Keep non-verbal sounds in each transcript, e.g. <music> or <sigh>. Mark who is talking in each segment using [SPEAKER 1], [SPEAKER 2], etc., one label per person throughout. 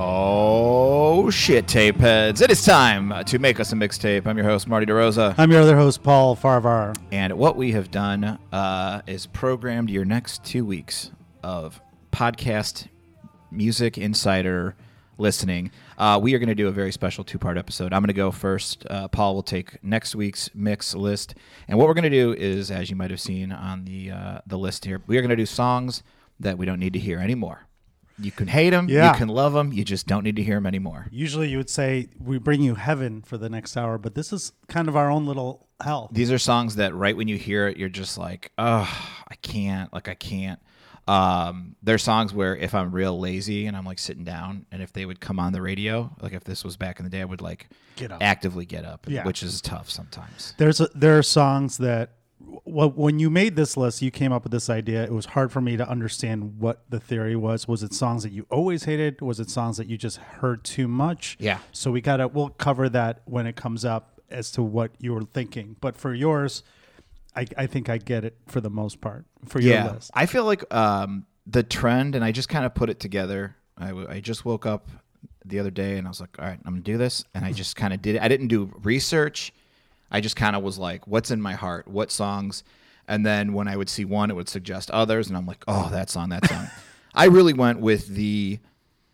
[SPEAKER 1] Oh shit, tape heads! It is time to make us a mixtape. I'm your host Marty DeRosa,
[SPEAKER 2] I'm your other host, Paul Farvar.
[SPEAKER 1] and what we have done uh, is programmed your next two weeks of podcast music insider listening. Uh, we are going to do a very special two-part episode. I'm going to go first. Uh, Paul will take next week's mix list, and what we're going to do is, as you might have seen on the uh, the list here, we are going to do songs that we don't need to hear anymore. You can hate them,
[SPEAKER 2] Yeah.
[SPEAKER 1] you can love them, you just don't need to hear them anymore.
[SPEAKER 2] Usually you would say we bring you heaven for the next hour, but this is kind of our own little hell.
[SPEAKER 1] these are songs that right when you hear it you're just like oh i can't like i can't um there's songs where if i'm real lazy and i'm like sitting down and if they would come on the radio like if this was back in the day i would like
[SPEAKER 2] Get up.
[SPEAKER 1] actively get up
[SPEAKER 2] Yeah.
[SPEAKER 1] which is tough sometimes
[SPEAKER 2] There's a, there are songs that wh- when you made this list, you came up with this idea. It was hard for me to understand what the theory was. Was it songs that you always hated? Was it songs that you just heard too much?
[SPEAKER 1] Yeah.
[SPEAKER 2] So we gotta we'll cover that when it comes up as to what you were thinking. But for yours, I, I think I get it for the most part for your
[SPEAKER 1] yeah
[SPEAKER 2] list.
[SPEAKER 1] i feel like um the trend and i just kind of put it together I, w- I just woke up the other day and i was like all right i'm gonna do this and i just kind of did it i didn't do research i just kind of was like what's in my heart what songs and then when i would see one it would suggest others and i'm like oh that song that song i really went with the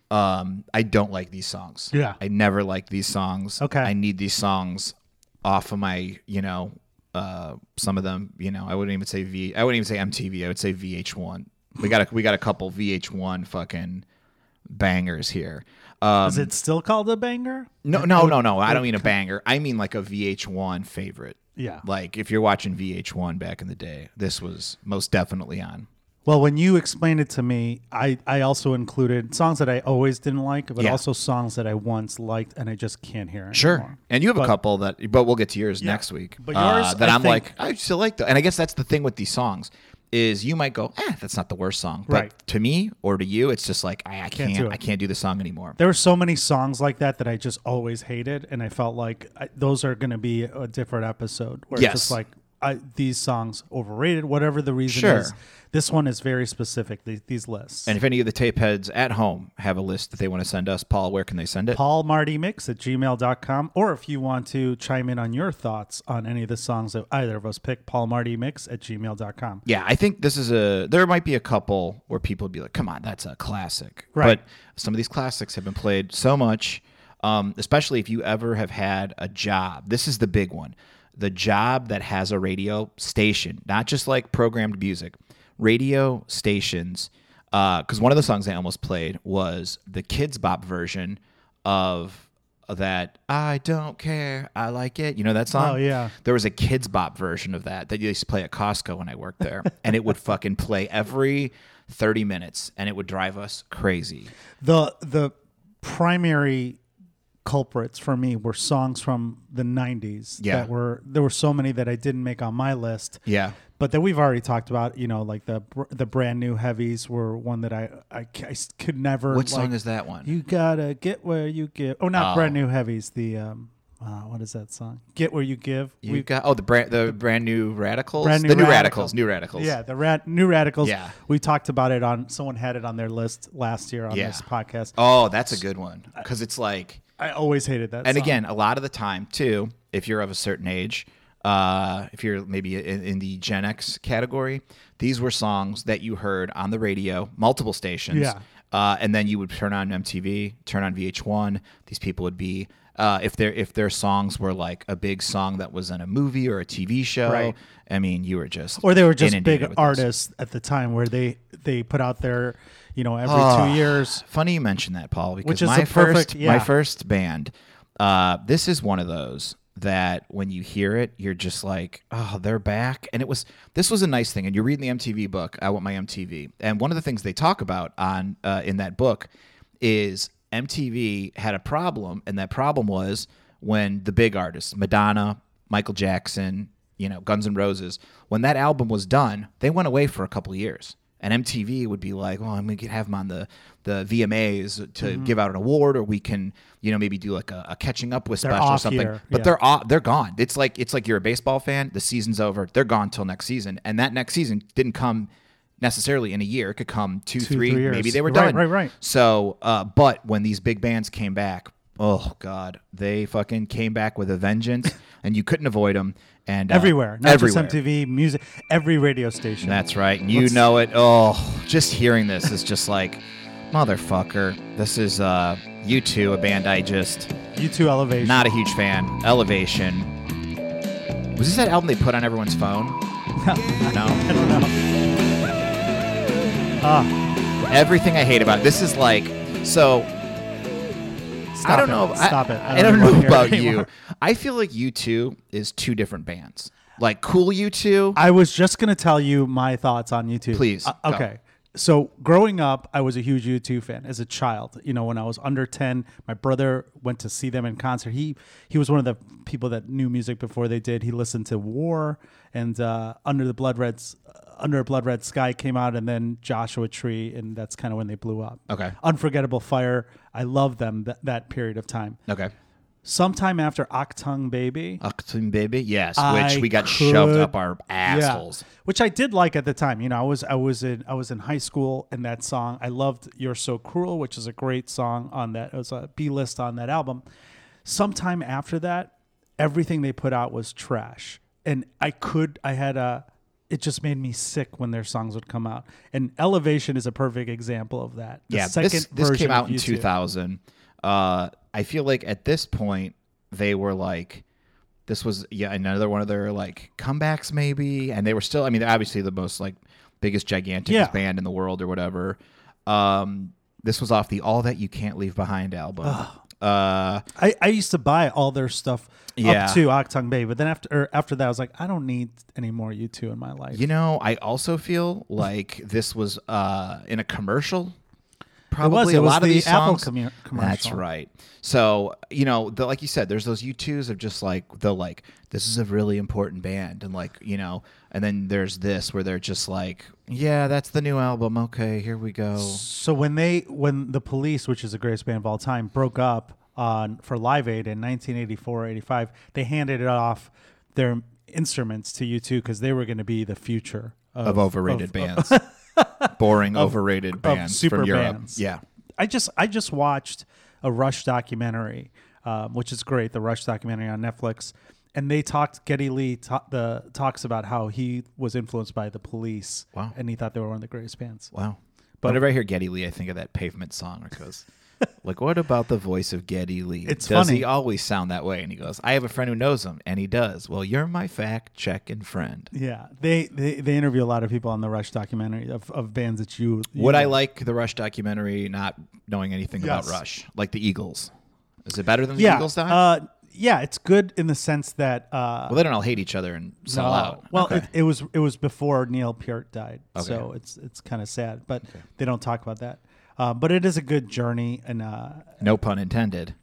[SPEAKER 1] um i don't like these songs
[SPEAKER 2] Yeah.
[SPEAKER 1] i never liked these songs
[SPEAKER 2] Okay.
[SPEAKER 1] i need these songs off of my, you know, uh, some of them, you know, I wouldn't even say V, I wouldn't even say MTV. I would say VH1. We got a, we got a couple VH1 fucking bangers here. Um,
[SPEAKER 2] Is it still called a banger?
[SPEAKER 1] no, no, no, no. I don't mean a banger. I mean like a VH1 favorite.
[SPEAKER 2] Yeah.
[SPEAKER 1] Like if you're watching VH1 back in the day, this was most definitely on.
[SPEAKER 2] Well, when you explained it to me, I, I also included songs that I always didn't like, but
[SPEAKER 1] Yeah.
[SPEAKER 2] also songs that I once liked and I just can't hear anymore.
[SPEAKER 1] And you have a couple that, but we'll get to yours next week.
[SPEAKER 2] But yours,
[SPEAKER 1] uh, that
[SPEAKER 2] I
[SPEAKER 1] am
[SPEAKER 2] think-
[SPEAKER 1] like, I still like that. And I guess that's the thing with these songs is you might go, eh, that's not the worst song. But
[SPEAKER 2] Right.
[SPEAKER 1] to me or to you, it's just like, I, I can't,
[SPEAKER 2] do it.
[SPEAKER 1] I can't do this song anymore.
[SPEAKER 2] There were so many songs like that that I just always hated, and I felt like I, those are going to be a different episode where
[SPEAKER 1] Yes.
[SPEAKER 2] it's just like I, these songs overrated, whatever the reason
[SPEAKER 1] Sure.
[SPEAKER 2] is. This one is very specific. These, these lists.
[SPEAKER 1] and if any of the tape heads at home have a list that they want to send us, Paul, where can they send it?
[SPEAKER 2] paulmartymix at gmail.com or if you want to chime in on your thoughts on any of the songs that either of us pick paulmartymix at gmail.com
[SPEAKER 1] Yeah, I think this is a. There might be a couple where people would be like, "Come on, that's a classic."
[SPEAKER 2] Right.
[SPEAKER 1] But some of these classics have been played so much, um, especially if you ever have had a job. This is the big one: the job that has a radio station, not just like programmed music, radio stations. Because one of the songs I almost played was the Kids Bop version of that I don't care, I like it. You know that song?
[SPEAKER 2] Oh, yeah.
[SPEAKER 1] There was a Kids Bop version of that that you used to play at Costco when I worked
[SPEAKER 2] <laughs>
[SPEAKER 1] there, and it would fucking play every 30 minutes, and it would drive us crazy.
[SPEAKER 2] the the primary culprits for me were songs from the 90s
[SPEAKER 1] Yeah.
[SPEAKER 2] that were there were so many that I didn't make on my list
[SPEAKER 1] Yeah.
[SPEAKER 2] but that we've already talked about you know like the br- the brand new heavies were one that I I, c- I s- could never
[SPEAKER 1] What
[SPEAKER 2] like,
[SPEAKER 1] song is that one?
[SPEAKER 2] you gotta get where you give oh not brand new heavies the um uh, what is that song get where you give
[SPEAKER 1] we got oh the brand the brand new radicals,
[SPEAKER 2] Brand New
[SPEAKER 1] the new radicals,
[SPEAKER 2] Radicals.
[SPEAKER 1] new radicals.
[SPEAKER 2] Yeah, the rat, new radicals.
[SPEAKER 1] Yeah.
[SPEAKER 2] we talked about it on. Someone had it on their list last year on
[SPEAKER 1] Yeah.
[SPEAKER 2] this podcast.
[SPEAKER 1] Oh, that's a good one because it's like
[SPEAKER 2] I always hated that.
[SPEAKER 1] and
[SPEAKER 2] song.
[SPEAKER 1] again a lot of the time too if you're of a certain age uh, if you're maybe in, in the gen x category these were songs that you heard on the radio multiple stations
[SPEAKER 2] Yeah.
[SPEAKER 1] uh, and then you would turn on mtv turn on vh1 these people would be uh, if their if their songs were like a big song that was in a movie or a TV show,
[SPEAKER 2] Right.
[SPEAKER 1] I mean, you were just
[SPEAKER 2] or they were just
[SPEAKER 1] inundated
[SPEAKER 2] big
[SPEAKER 1] with those.
[SPEAKER 2] artists at the time where they they put out their, you know, every
[SPEAKER 1] Ah.
[SPEAKER 2] two years.
[SPEAKER 1] Funny you mentioned that, Paul, because
[SPEAKER 2] Which is
[SPEAKER 1] my
[SPEAKER 2] a perfect-
[SPEAKER 1] first
[SPEAKER 2] yeah.
[SPEAKER 1] my first band. Uh, this is one of those that when you hear it, you're just like, oh, they're back. And it was this was a nice thing. And you're reading the MTV book, I Want My MTV, and one of the things they talk about on uh, in that book is MTV had a problem, and that problem was when the big artists, Madonna, Michael Jackson, you know, Guns N' Roses, when that album was done, they went away for a couple of years. And MTV would be like, well, I'm going to have them on the, the VMAs to
[SPEAKER 2] Mm-hmm.
[SPEAKER 1] give out an award, or we can, you know, maybe do like a, a catching up with special or
[SPEAKER 2] off
[SPEAKER 1] something.
[SPEAKER 2] year,
[SPEAKER 1] But
[SPEAKER 2] yeah.
[SPEAKER 1] they're off, they're gone. It's like it's like you're a baseball fan. The season's over. They're gone till next season, and that next season didn't come necessarily in a year. It could come two,
[SPEAKER 2] Two,
[SPEAKER 1] three,
[SPEAKER 2] three years.
[SPEAKER 1] maybe they were
[SPEAKER 2] Right,
[SPEAKER 1] done.
[SPEAKER 2] right, right.
[SPEAKER 1] So, uh, but when these big bands came back, oh god, they fucking came back with a vengeance,
[SPEAKER 2] <laughs>
[SPEAKER 1] and you couldn't avoid them. And uh,
[SPEAKER 2] everywhere, not
[SPEAKER 1] everywhere.
[SPEAKER 2] just MTV, music, every radio station.
[SPEAKER 1] That's right. And you know it. Oh, just hearing this is just like, motherfucker. This is uh, you two, a band I just
[SPEAKER 2] you two elevation.
[SPEAKER 1] not a huge fan. Elevation. Was this that album they put on everyone's
[SPEAKER 2] <laughs>
[SPEAKER 1] phone? no.
[SPEAKER 2] I don't know. Ah,
[SPEAKER 1] Everything I hate about it. this is like so.
[SPEAKER 2] stop
[SPEAKER 1] I don't
[SPEAKER 2] it.
[SPEAKER 1] know.
[SPEAKER 2] Stop
[SPEAKER 1] I,
[SPEAKER 2] it.
[SPEAKER 1] I don't,
[SPEAKER 2] even wanna
[SPEAKER 1] know
[SPEAKER 2] hear it
[SPEAKER 1] about you.
[SPEAKER 2] anymore.
[SPEAKER 1] I feel like U two is two different bands. Like cool U two.
[SPEAKER 2] I was just gonna tell you my thoughts on YouTube.
[SPEAKER 1] Please,
[SPEAKER 2] Uh,
[SPEAKER 1] go.
[SPEAKER 2] okay. So growing up, I was a huge U2 fan as a child. You know, when I was under ten, my brother went to see them in concert. He he was one of the people that knew music before they did. He listened to War and uh, Under the Blood Red S- Under a Blood Red Sky came out, and then Joshua Tree, and that's kind of when they blew up.
[SPEAKER 1] Okay.
[SPEAKER 2] Unforgettable Fire. I love them th- that period of time.
[SPEAKER 1] Okay.
[SPEAKER 2] Sometime after Octung Baby,
[SPEAKER 1] Octane Baby, yes,
[SPEAKER 2] I
[SPEAKER 1] which we got shoved
[SPEAKER 2] could-
[SPEAKER 1] up our assholes.
[SPEAKER 2] Yeah. Which I did like at the time. You know, I was I was in I was in high school and that song I loved You're So Cruel, which is a great song on that it was a B list on that album. Sometime after that, everything they put out was trash. And I could I had a it just made me sick when their songs would come out. And Elevation is a perfect example of that. The
[SPEAKER 1] yeah,
[SPEAKER 2] second
[SPEAKER 1] this, this
[SPEAKER 2] version
[SPEAKER 1] came out
[SPEAKER 2] of
[SPEAKER 1] in
[SPEAKER 2] U2.
[SPEAKER 1] 2000. Uh, I feel like at this point they were like, this was yeah another one of their like comebacks maybe, and they were still. I mean, they're obviously the most like biggest gigantic
[SPEAKER 2] Yeah.
[SPEAKER 1] band in the world or whatever. Um, this was off the All That You Can't Leave Behind album. Uh,
[SPEAKER 2] I, I used to buy all their stuff
[SPEAKER 1] Yeah.
[SPEAKER 2] up to Octung Bay, but then after or after that, I was like, I don't need any more U2 in my life.
[SPEAKER 1] you know, I also feel like this was uh in a commercial. Probably
[SPEAKER 2] It
[SPEAKER 1] a
[SPEAKER 2] was
[SPEAKER 1] lot of
[SPEAKER 2] the
[SPEAKER 1] these
[SPEAKER 2] Apple
[SPEAKER 1] songs.
[SPEAKER 2] commu-
[SPEAKER 1] That's
[SPEAKER 2] commercial.
[SPEAKER 1] right. So you know, the, like you said, there's those U2s of just like the like this is a really important band, and like you know, and then there's this where they're just like, yeah, that's the new album. Okay, here we go.
[SPEAKER 2] So when they when the Police, which is the greatest band of all time, broke up on for Live Aid in 1984 85, they handed it off their instruments to U2 because they were going to be the future
[SPEAKER 1] Of overrated bands,
[SPEAKER 2] <laughs>
[SPEAKER 1] boring overrated bands
[SPEAKER 2] super
[SPEAKER 1] from Europe.
[SPEAKER 2] bands.
[SPEAKER 1] Yeah,
[SPEAKER 2] I just I just watched a Rush documentary, um, which is great. The Rush documentary on Netflix, and they talked. Getty Lee ta- the talks about how he was influenced by the Police,
[SPEAKER 1] Wow.
[SPEAKER 2] and he thought they were one of the greatest bands.
[SPEAKER 1] wow. But Whenever I hear Geddy Lee, I think of that pavement song
[SPEAKER 2] <laughs>
[SPEAKER 1] because, like, what about the voice of Geddy Lee?
[SPEAKER 2] It's
[SPEAKER 1] does
[SPEAKER 2] funny.
[SPEAKER 1] he always sound that way? And he goes, "I have a friend who knows him, and he does." Well, you're my fact checking friend.
[SPEAKER 2] Yeah, they, they they interview a lot of people on the Rush documentary of, of bands that you, you
[SPEAKER 1] Would I like the Rush documentary not knowing anything
[SPEAKER 2] Yes.
[SPEAKER 1] about Rush? Like the Eagles. Is it better than the
[SPEAKER 2] yeah
[SPEAKER 1] Eagles doc?
[SPEAKER 2] uh, yeah it's good in the sense that uh,
[SPEAKER 1] well, they don't all hate each other and sell
[SPEAKER 2] uh,
[SPEAKER 1] out.
[SPEAKER 2] well
[SPEAKER 1] Okay.
[SPEAKER 2] it, it was it was before Neil Peart died so it's it's kind of sad but they don't talk about that uh, but it is a good journey and uh,
[SPEAKER 1] no pun intended.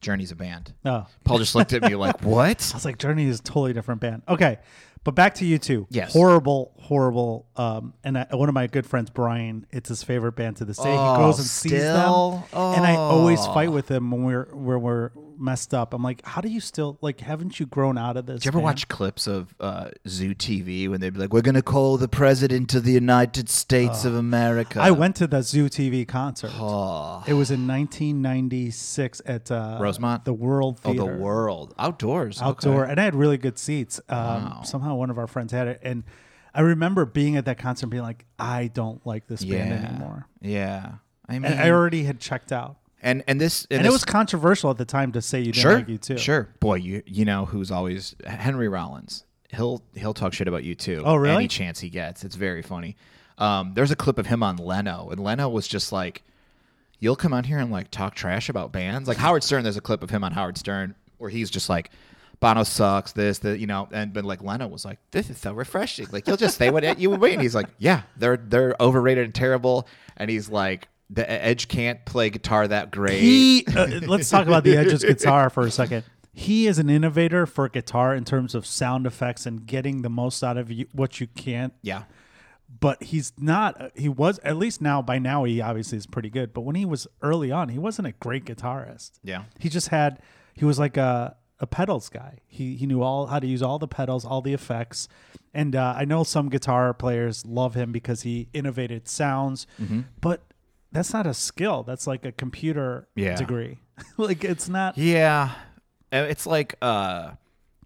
[SPEAKER 1] Journey's a band.
[SPEAKER 2] Mm-hmm. no
[SPEAKER 1] Paul just looked at me
[SPEAKER 2] <laughs>
[SPEAKER 1] like, what?
[SPEAKER 2] I was like Journey is a totally different band okay but back to you two
[SPEAKER 1] Yes.
[SPEAKER 2] horrible horrible um, and I, one of my good friends Brian it's his favorite band to this day
[SPEAKER 1] Oh,
[SPEAKER 2] he goes and sees them
[SPEAKER 1] still?
[SPEAKER 2] and I always
[SPEAKER 1] Oh.
[SPEAKER 2] fight with him when we're when we're messed up I'm like how do you still like haven't you grown out of this
[SPEAKER 1] Do you ever
[SPEAKER 2] band?"
[SPEAKER 1] watch clips of uh, Zoo TV when they'd be like, we're going to call the president of the United States of America?
[SPEAKER 2] I went to the Zoo TV concert.
[SPEAKER 1] Oh,
[SPEAKER 2] It was in 1996 at uh,
[SPEAKER 1] Rosemont?
[SPEAKER 2] the World
[SPEAKER 1] oh,
[SPEAKER 2] Theater,
[SPEAKER 1] the world. Outdoors.
[SPEAKER 2] outdoor,
[SPEAKER 1] Okay.
[SPEAKER 2] and I had really good seats. Um, Somehow, one of our friends had it, and I remember being at that concert, and being like, "I don't like this band
[SPEAKER 1] Yeah.
[SPEAKER 2] anymore,"
[SPEAKER 1] Yeah. I mean,
[SPEAKER 2] and I already had checked out.
[SPEAKER 1] and, and this
[SPEAKER 2] And it was controversial at the time to say you didn't
[SPEAKER 1] sure,
[SPEAKER 2] like you too.
[SPEAKER 1] Sure, boy, you you know who's always Henry Rollins. He'll he'll talk shit about you too.
[SPEAKER 2] Oh, really?
[SPEAKER 1] Any chance he gets, it's very funny. Um, there's a clip of him on Leno, and Leno was just like, "You'll come on here and like talk trash about bands." Like Howard Stern, there's a clip of him on Howard Stern where he's just like. Bono sucks. This, that, you know, and but like Leno was like, "This is so refreshing." Like you'll just say what you would mean. He's like, "Yeah, they're they're overrated and terrible," and he's like, "The e-, Edge can't play guitar that great."
[SPEAKER 2] He, uh, let's talk about the Edge's guitar for a second. He is an innovator for guitar in terms of sound effects and getting the most out of you, what you can
[SPEAKER 1] yeah,
[SPEAKER 2] but he's not uh, he was at least now by now he obviously is pretty good but when he was early on he wasn't a great guitarist
[SPEAKER 1] Yeah.
[SPEAKER 2] he just had he was like a a pedals guy. He he knew all how to use all the pedals, all the effects, and uh, I know some guitar players love him because he innovated sounds,
[SPEAKER 1] Mm-hmm.
[SPEAKER 2] but that's not a skill. That's like a computer
[SPEAKER 1] Yeah.
[SPEAKER 2] degree. <laughs> like it's not.
[SPEAKER 1] Yeah. Uh, It's like uh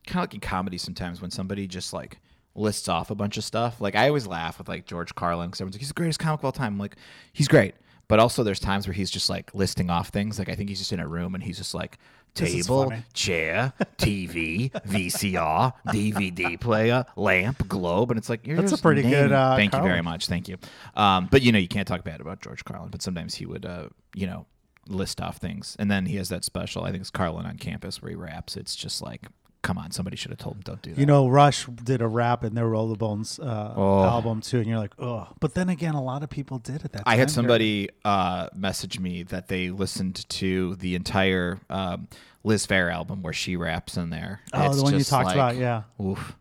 [SPEAKER 1] kind of like in comedy sometimes when somebody just like lists off a bunch of stuff. Like I always laugh with like George Carlin because everyone's like, he's the greatest comic of all time. I'm like, he's great. But also there's times where he's just like listing off things. Like I think he's just in a room and he's just like
[SPEAKER 2] is
[SPEAKER 1] table,
[SPEAKER 2] funny.
[SPEAKER 1] chair, <laughs> TV, VCR, DVD player, lamp, globe, and it's like you're
[SPEAKER 2] That's a
[SPEAKER 1] just
[SPEAKER 2] pretty good,
[SPEAKER 1] naming-
[SPEAKER 2] uh,
[SPEAKER 1] Thank you very
[SPEAKER 2] Carlin.
[SPEAKER 1] much. Thank you. Um, but you know, you can't talk bad about George Carlin. But sometimes he would, uh, you know, list off things, and then he has that special. I think it's Carlin on campus where he raps. It's just like, come on, somebody should have told him don't do that.
[SPEAKER 2] You know, Rush did a rap in their Roller Bones uh,
[SPEAKER 1] Oh.
[SPEAKER 2] album too, and you're like, oh. But then again, a lot of people did it. That
[SPEAKER 1] I had
[SPEAKER 2] time period.
[SPEAKER 1] somebody uh, message me that they listened to the entire um, Liz Fair album where she raps in there.
[SPEAKER 2] Oh,
[SPEAKER 1] It's
[SPEAKER 2] the one you
[SPEAKER 1] just
[SPEAKER 2] talked
[SPEAKER 1] like-
[SPEAKER 2] about, yeah.
[SPEAKER 1] Oof.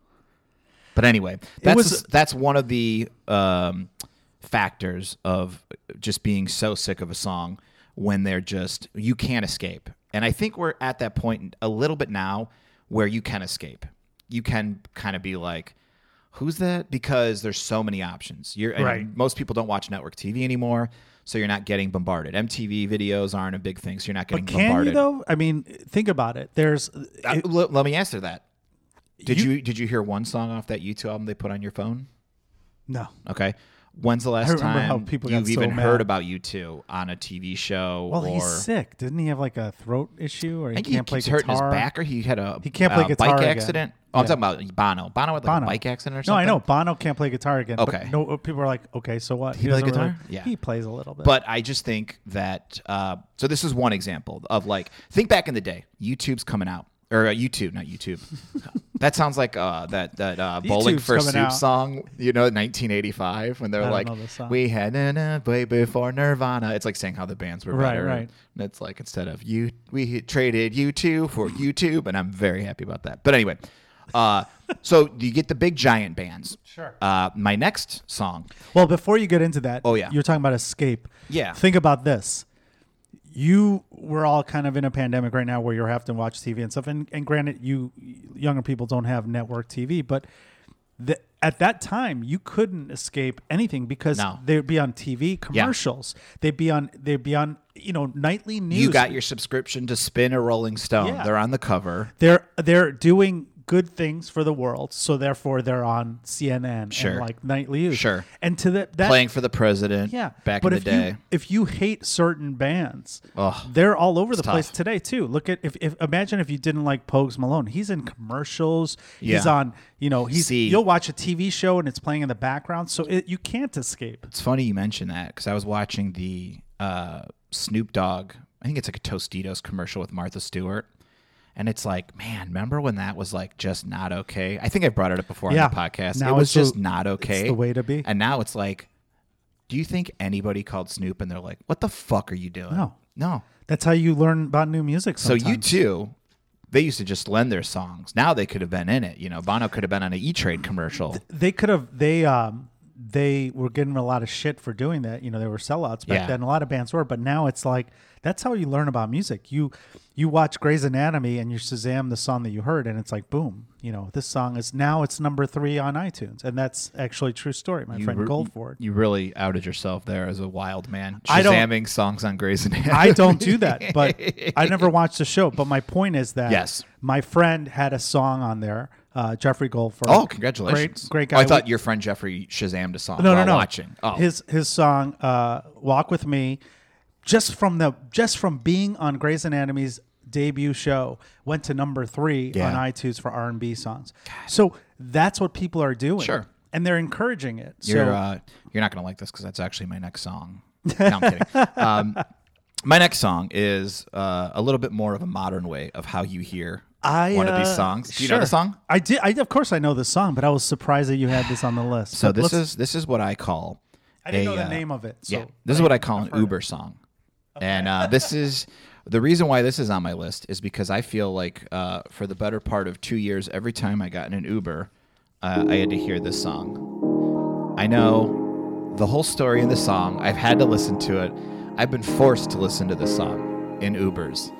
[SPEAKER 1] But anyway, that's
[SPEAKER 2] was-
[SPEAKER 1] that's one of the um, factors of just being so sick of a song when they're just you can't escape. And I think we're at that point a little bit now where you can escape. You can kind of be like, "Who's that?" Because there's so many options. You're and
[SPEAKER 2] Right.
[SPEAKER 1] Most people don't watch network TV anymore, so you're not getting bombarded. MTV videos aren't a big thing, so you're not getting
[SPEAKER 2] Can
[SPEAKER 1] bombarded.
[SPEAKER 2] you though? I mean, think about it. There's
[SPEAKER 1] Uh,
[SPEAKER 2] it-
[SPEAKER 1] le- let me answer that. Did
[SPEAKER 2] You-
[SPEAKER 1] you, did you hear one song off that U2 album they put on your phone?
[SPEAKER 2] no.
[SPEAKER 1] Okay. When's the last
[SPEAKER 2] remember
[SPEAKER 1] time
[SPEAKER 2] how people got
[SPEAKER 1] you've
[SPEAKER 2] so
[SPEAKER 1] even
[SPEAKER 2] mad.
[SPEAKER 1] heard about U2 on a TV show
[SPEAKER 2] Well,
[SPEAKER 1] or
[SPEAKER 2] he's sick. Didn't he have like a throat issue or
[SPEAKER 1] I
[SPEAKER 2] he
[SPEAKER 1] think he
[SPEAKER 2] can't play
[SPEAKER 1] keeps hurting his
[SPEAKER 2] guitar?
[SPEAKER 1] back or he had a he
[SPEAKER 2] can't play guitar
[SPEAKER 1] bike
[SPEAKER 2] again.
[SPEAKER 1] accident. Oh, I'm talking about Bono. Bono had like
[SPEAKER 2] Bono.
[SPEAKER 1] a bike accident or
[SPEAKER 2] No,
[SPEAKER 1] something.
[SPEAKER 2] I know Bono can't play guitar again. but
[SPEAKER 1] Okay.
[SPEAKER 2] no, people are like, okay, so what? He,
[SPEAKER 1] play
[SPEAKER 2] doesn't really-
[SPEAKER 1] guitar? Yeah.
[SPEAKER 2] he plays a little bit.
[SPEAKER 1] But I just think that uh, so this is one example of like think back in the day. YouTube's coming out or uh, YouTube, not
[SPEAKER 2] <laughs>
[SPEAKER 1] YouTube. that sounds like uh, that that uh, bowling
[SPEAKER 2] YouTube's
[SPEAKER 1] for
[SPEAKER 2] coming
[SPEAKER 1] soup
[SPEAKER 2] out.
[SPEAKER 1] song. You know, 1985 when
[SPEAKER 2] I
[SPEAKER 1] they're
[SPEAKER 2] don't
[SPEAKER 1] like,
[SPEAKER 2] know this song.
[SPEAKER 1] "We had a way before Nirvana." It's like saying how the bands were
[SPEAKER 2] Right,
[SPEAKER 1] better.
[SPEAKER 2] right.
[SPEAKER 1] And it's like instead of you, we traded you two for YouTube, and I'm very happy about that. But anyway. Uh, so you get the big giant bands.
[SPEAKER 2] Sure.
[SPEAKER 1] Uh, my next song
[SPEAKER 2] well, before you get into that,
[SPEAKER 1] Oh, yeah.
[SPEAKER 2] you're talking about escape.
[SPEAKER 1] Yeah.
[SPEAKER 2] Think about this. You we're all kind of in a pandemic right now where you're having to watch TV and stuff. And, and granted, you younger people don't have network TV, but the, at that time you couldn't escape anything because
[SPEAKER 1] No.
[SPEAKER 2] they'd be on TV commercials. They'd be on they'd be on you know nightly news.
[SPEAKER 1] You got your subscription to Spin or Rolling Stone.
[SPEAKER 2] Yeah.
[SPEAKER 1] They're on the cover.
[SPEAKER 2] they're they're doing good things for the world, so therefore they're on CNN and
[SPEAKER 1] Sure.
[SPEAKER 2] like nightly news.
[SPEAKER 1] Sure.
[SPEAKER 2] and to the, that
[SPEAKER 1] Playing for the president
[SPEAKER 2] yeah,
[SPEAKER 1] back
[SPEAKER 2] but
[SPEAKER 1] in
[SPEAKER 2] if
[SPEAKER 1] the day.
[SPEAKER 2] you if you hate certain bands,
[SPEAKER 1] Ugh,
[SPEAKER 2] they're all over the
[SPEAKER 1] tough.
[SPEAKER 2] place today too. Look at if, if imagine if you didn't like Pogues Malone, he's in commercials. He's
[SPEAKER 1] Yeah.
[SPEAKER 2] on you know he's
[SPEAKER 1] See.
[SPEAKER 2] you'll watch a TV show and it's playing in the background, so it, you can't escape.
[SPEAKER 1] It's funny you mention that because I was watching the uh, Snoop Dogg, I think it's like a Tostitos commercial with Martha Stewart. And it's like, man, remember when that was like just not okay? I think I brought it up before
[SPEAKER 2] Yeah.
[SPEAKER 1] on the podcast.
[SPEAKER 2] Now
[SPEAKER 1] it was
[SPEAKER 2] it's the-
[SPEAKER 1] just not okay.
[SPEAKER 2] the way to be.
[SPEAKER 1] And now it's like, do you think anybody called Snoop and they're like, what the fuck are you doing?
[SPEAKER 2] No.
[SPEAKER 1] No.
[SPEAKER 2] That's how you learn about new music.
[SPEAKER 1] So
[SPEAKER 2] Sometimes.
[SPEAKER 1] you two, they used to just lend their songs. Now they could have been in it. You know, Bono could have been on an E Trade commercial.
[SPEAKER 2] they could have they um they were getting a lot of shit for doing that you know they were sellouts back
[SPEAKER 1] Yeah.
[SPEAKER 2] then a lot of bands were but now it's like that's how you learn about music you you watch Grey's Anatomy and you Shazam the song that you heard and it's like boom you know this song is now it's number three on iTunes and that's actually a true story my friend
[SPEAKER 1] re- <laughs>
[SPEAKER 2] Goldford
[SPEAKER 1] You really outed yourself there as a wild man.
[SPEAKER 2] I don't-
[SPEAKER 1] Shazamming songs on Grey's Anatomy.
[SPEAKER 2] I don't do that, but
[SPEAKER 1] <laughs>
[SPEAKER 2] I never watched the show. But my point is that
[SPEAKER 1] Yes.
[SPEAKER 2] my friend had a song on there, uh, Jeffrey Goldford.
[SPEAKER 1] <laughs> oh, congratulations! Oh,
[SPEAKER 2] Great, great guy.
[SPEAKER 1] I thought
[SPEAKER 2] We-
[SPEAKER 1] your friend Jeffrey Shazammed a song
[SPEAKER 2] no,
[SPEAKER 1] while
[SPEAKER 2] no, no.
[SPEAKER 1] watching. Oh,
[SPEAKER 2] His his song uh, "Walk with Me," just from the just from being on Grey's Anatomy's debut show, went to number three
[SPEAKER 1] Yeah.
[SPEAKER 2] on iTunes for R and B songs. So that's what people are doing.
[SPEAKER 1] Sure.
[SPEAKER 2] and they're encouraging it.
[SPEAKER 1] you're
[SPEAKER 2] so
[SPEAKER 1] uh, you're not gonna like this because that's actually my next song. <laughs> No, I'm kidding. Um, my next song is uh, a little bit more of a modern way of how you hear
[SPEAKER 2] I
[SPEAKER 1] one of these
[SPEAKER 2] uh,
[SPEAKER 1] songs. Do you know the
[SPEAKER 2] sure.
[SPEAKER 1] song?
[SPEAKER 2] I did. I of course I know the song, but I was surprised that you had this on the list.
[SPEAKER 1] So
[SPEAKER 2] But
[SPEAKER 1] this
[SPEAKER 2] let's-
[SPEAKER 1] is this is what I call.
[SPEAKER 2] I didn't
[SPEAKER 1] a,
[SPEAKER 2] know the
[SPEAKER 1] uh,
[SPEAKER 2] name of it. So
[SPEAKER 1] yeah, this is what I call an Uber song, and uh, this
[SPEAKER 2] <laughs>
[SPEAKER 1] is the reason why this is on my list is because I feel like uh, for the better part of two years, every time I got in an Uber, uh, I had to hear this song. I know the whole story in the song. I've had to listen to it. I've been forced to listen to this song in Ubers.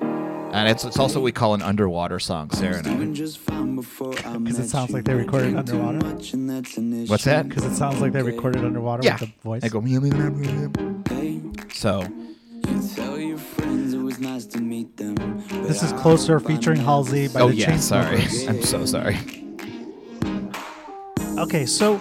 [SPEAKER 1] and it's it's also what we call an underwater song, serenade.
[SPEAKER 2] Because
[SPEAKER 3] Because
[SPEAKER 2] it sounds like they recorded underwater.
[SPEAKER 1] What's that?
[SPEAKER 2] Because it sounds like they recorded underwater
[SPEAKER 1] Yeah,
[SPEAKER 2] with the voice.
[SPEAKER 1] They go. "Meow, meow, meow, meow, meow." So
[SPEAKER 3] Tell your friends it was nice to meet them.
[SPEAKER 2] This is Closer featuring Halsey by
[SPEAKER 1] oh
[SPEAKER 2] the
[SPEAKER 1] yeah, sorry, <laughs>
[SPEAKER 2] Chainsmokers.
[SPEAKER 1] I'm so sorry.
[SPEAKER 2] Okay, so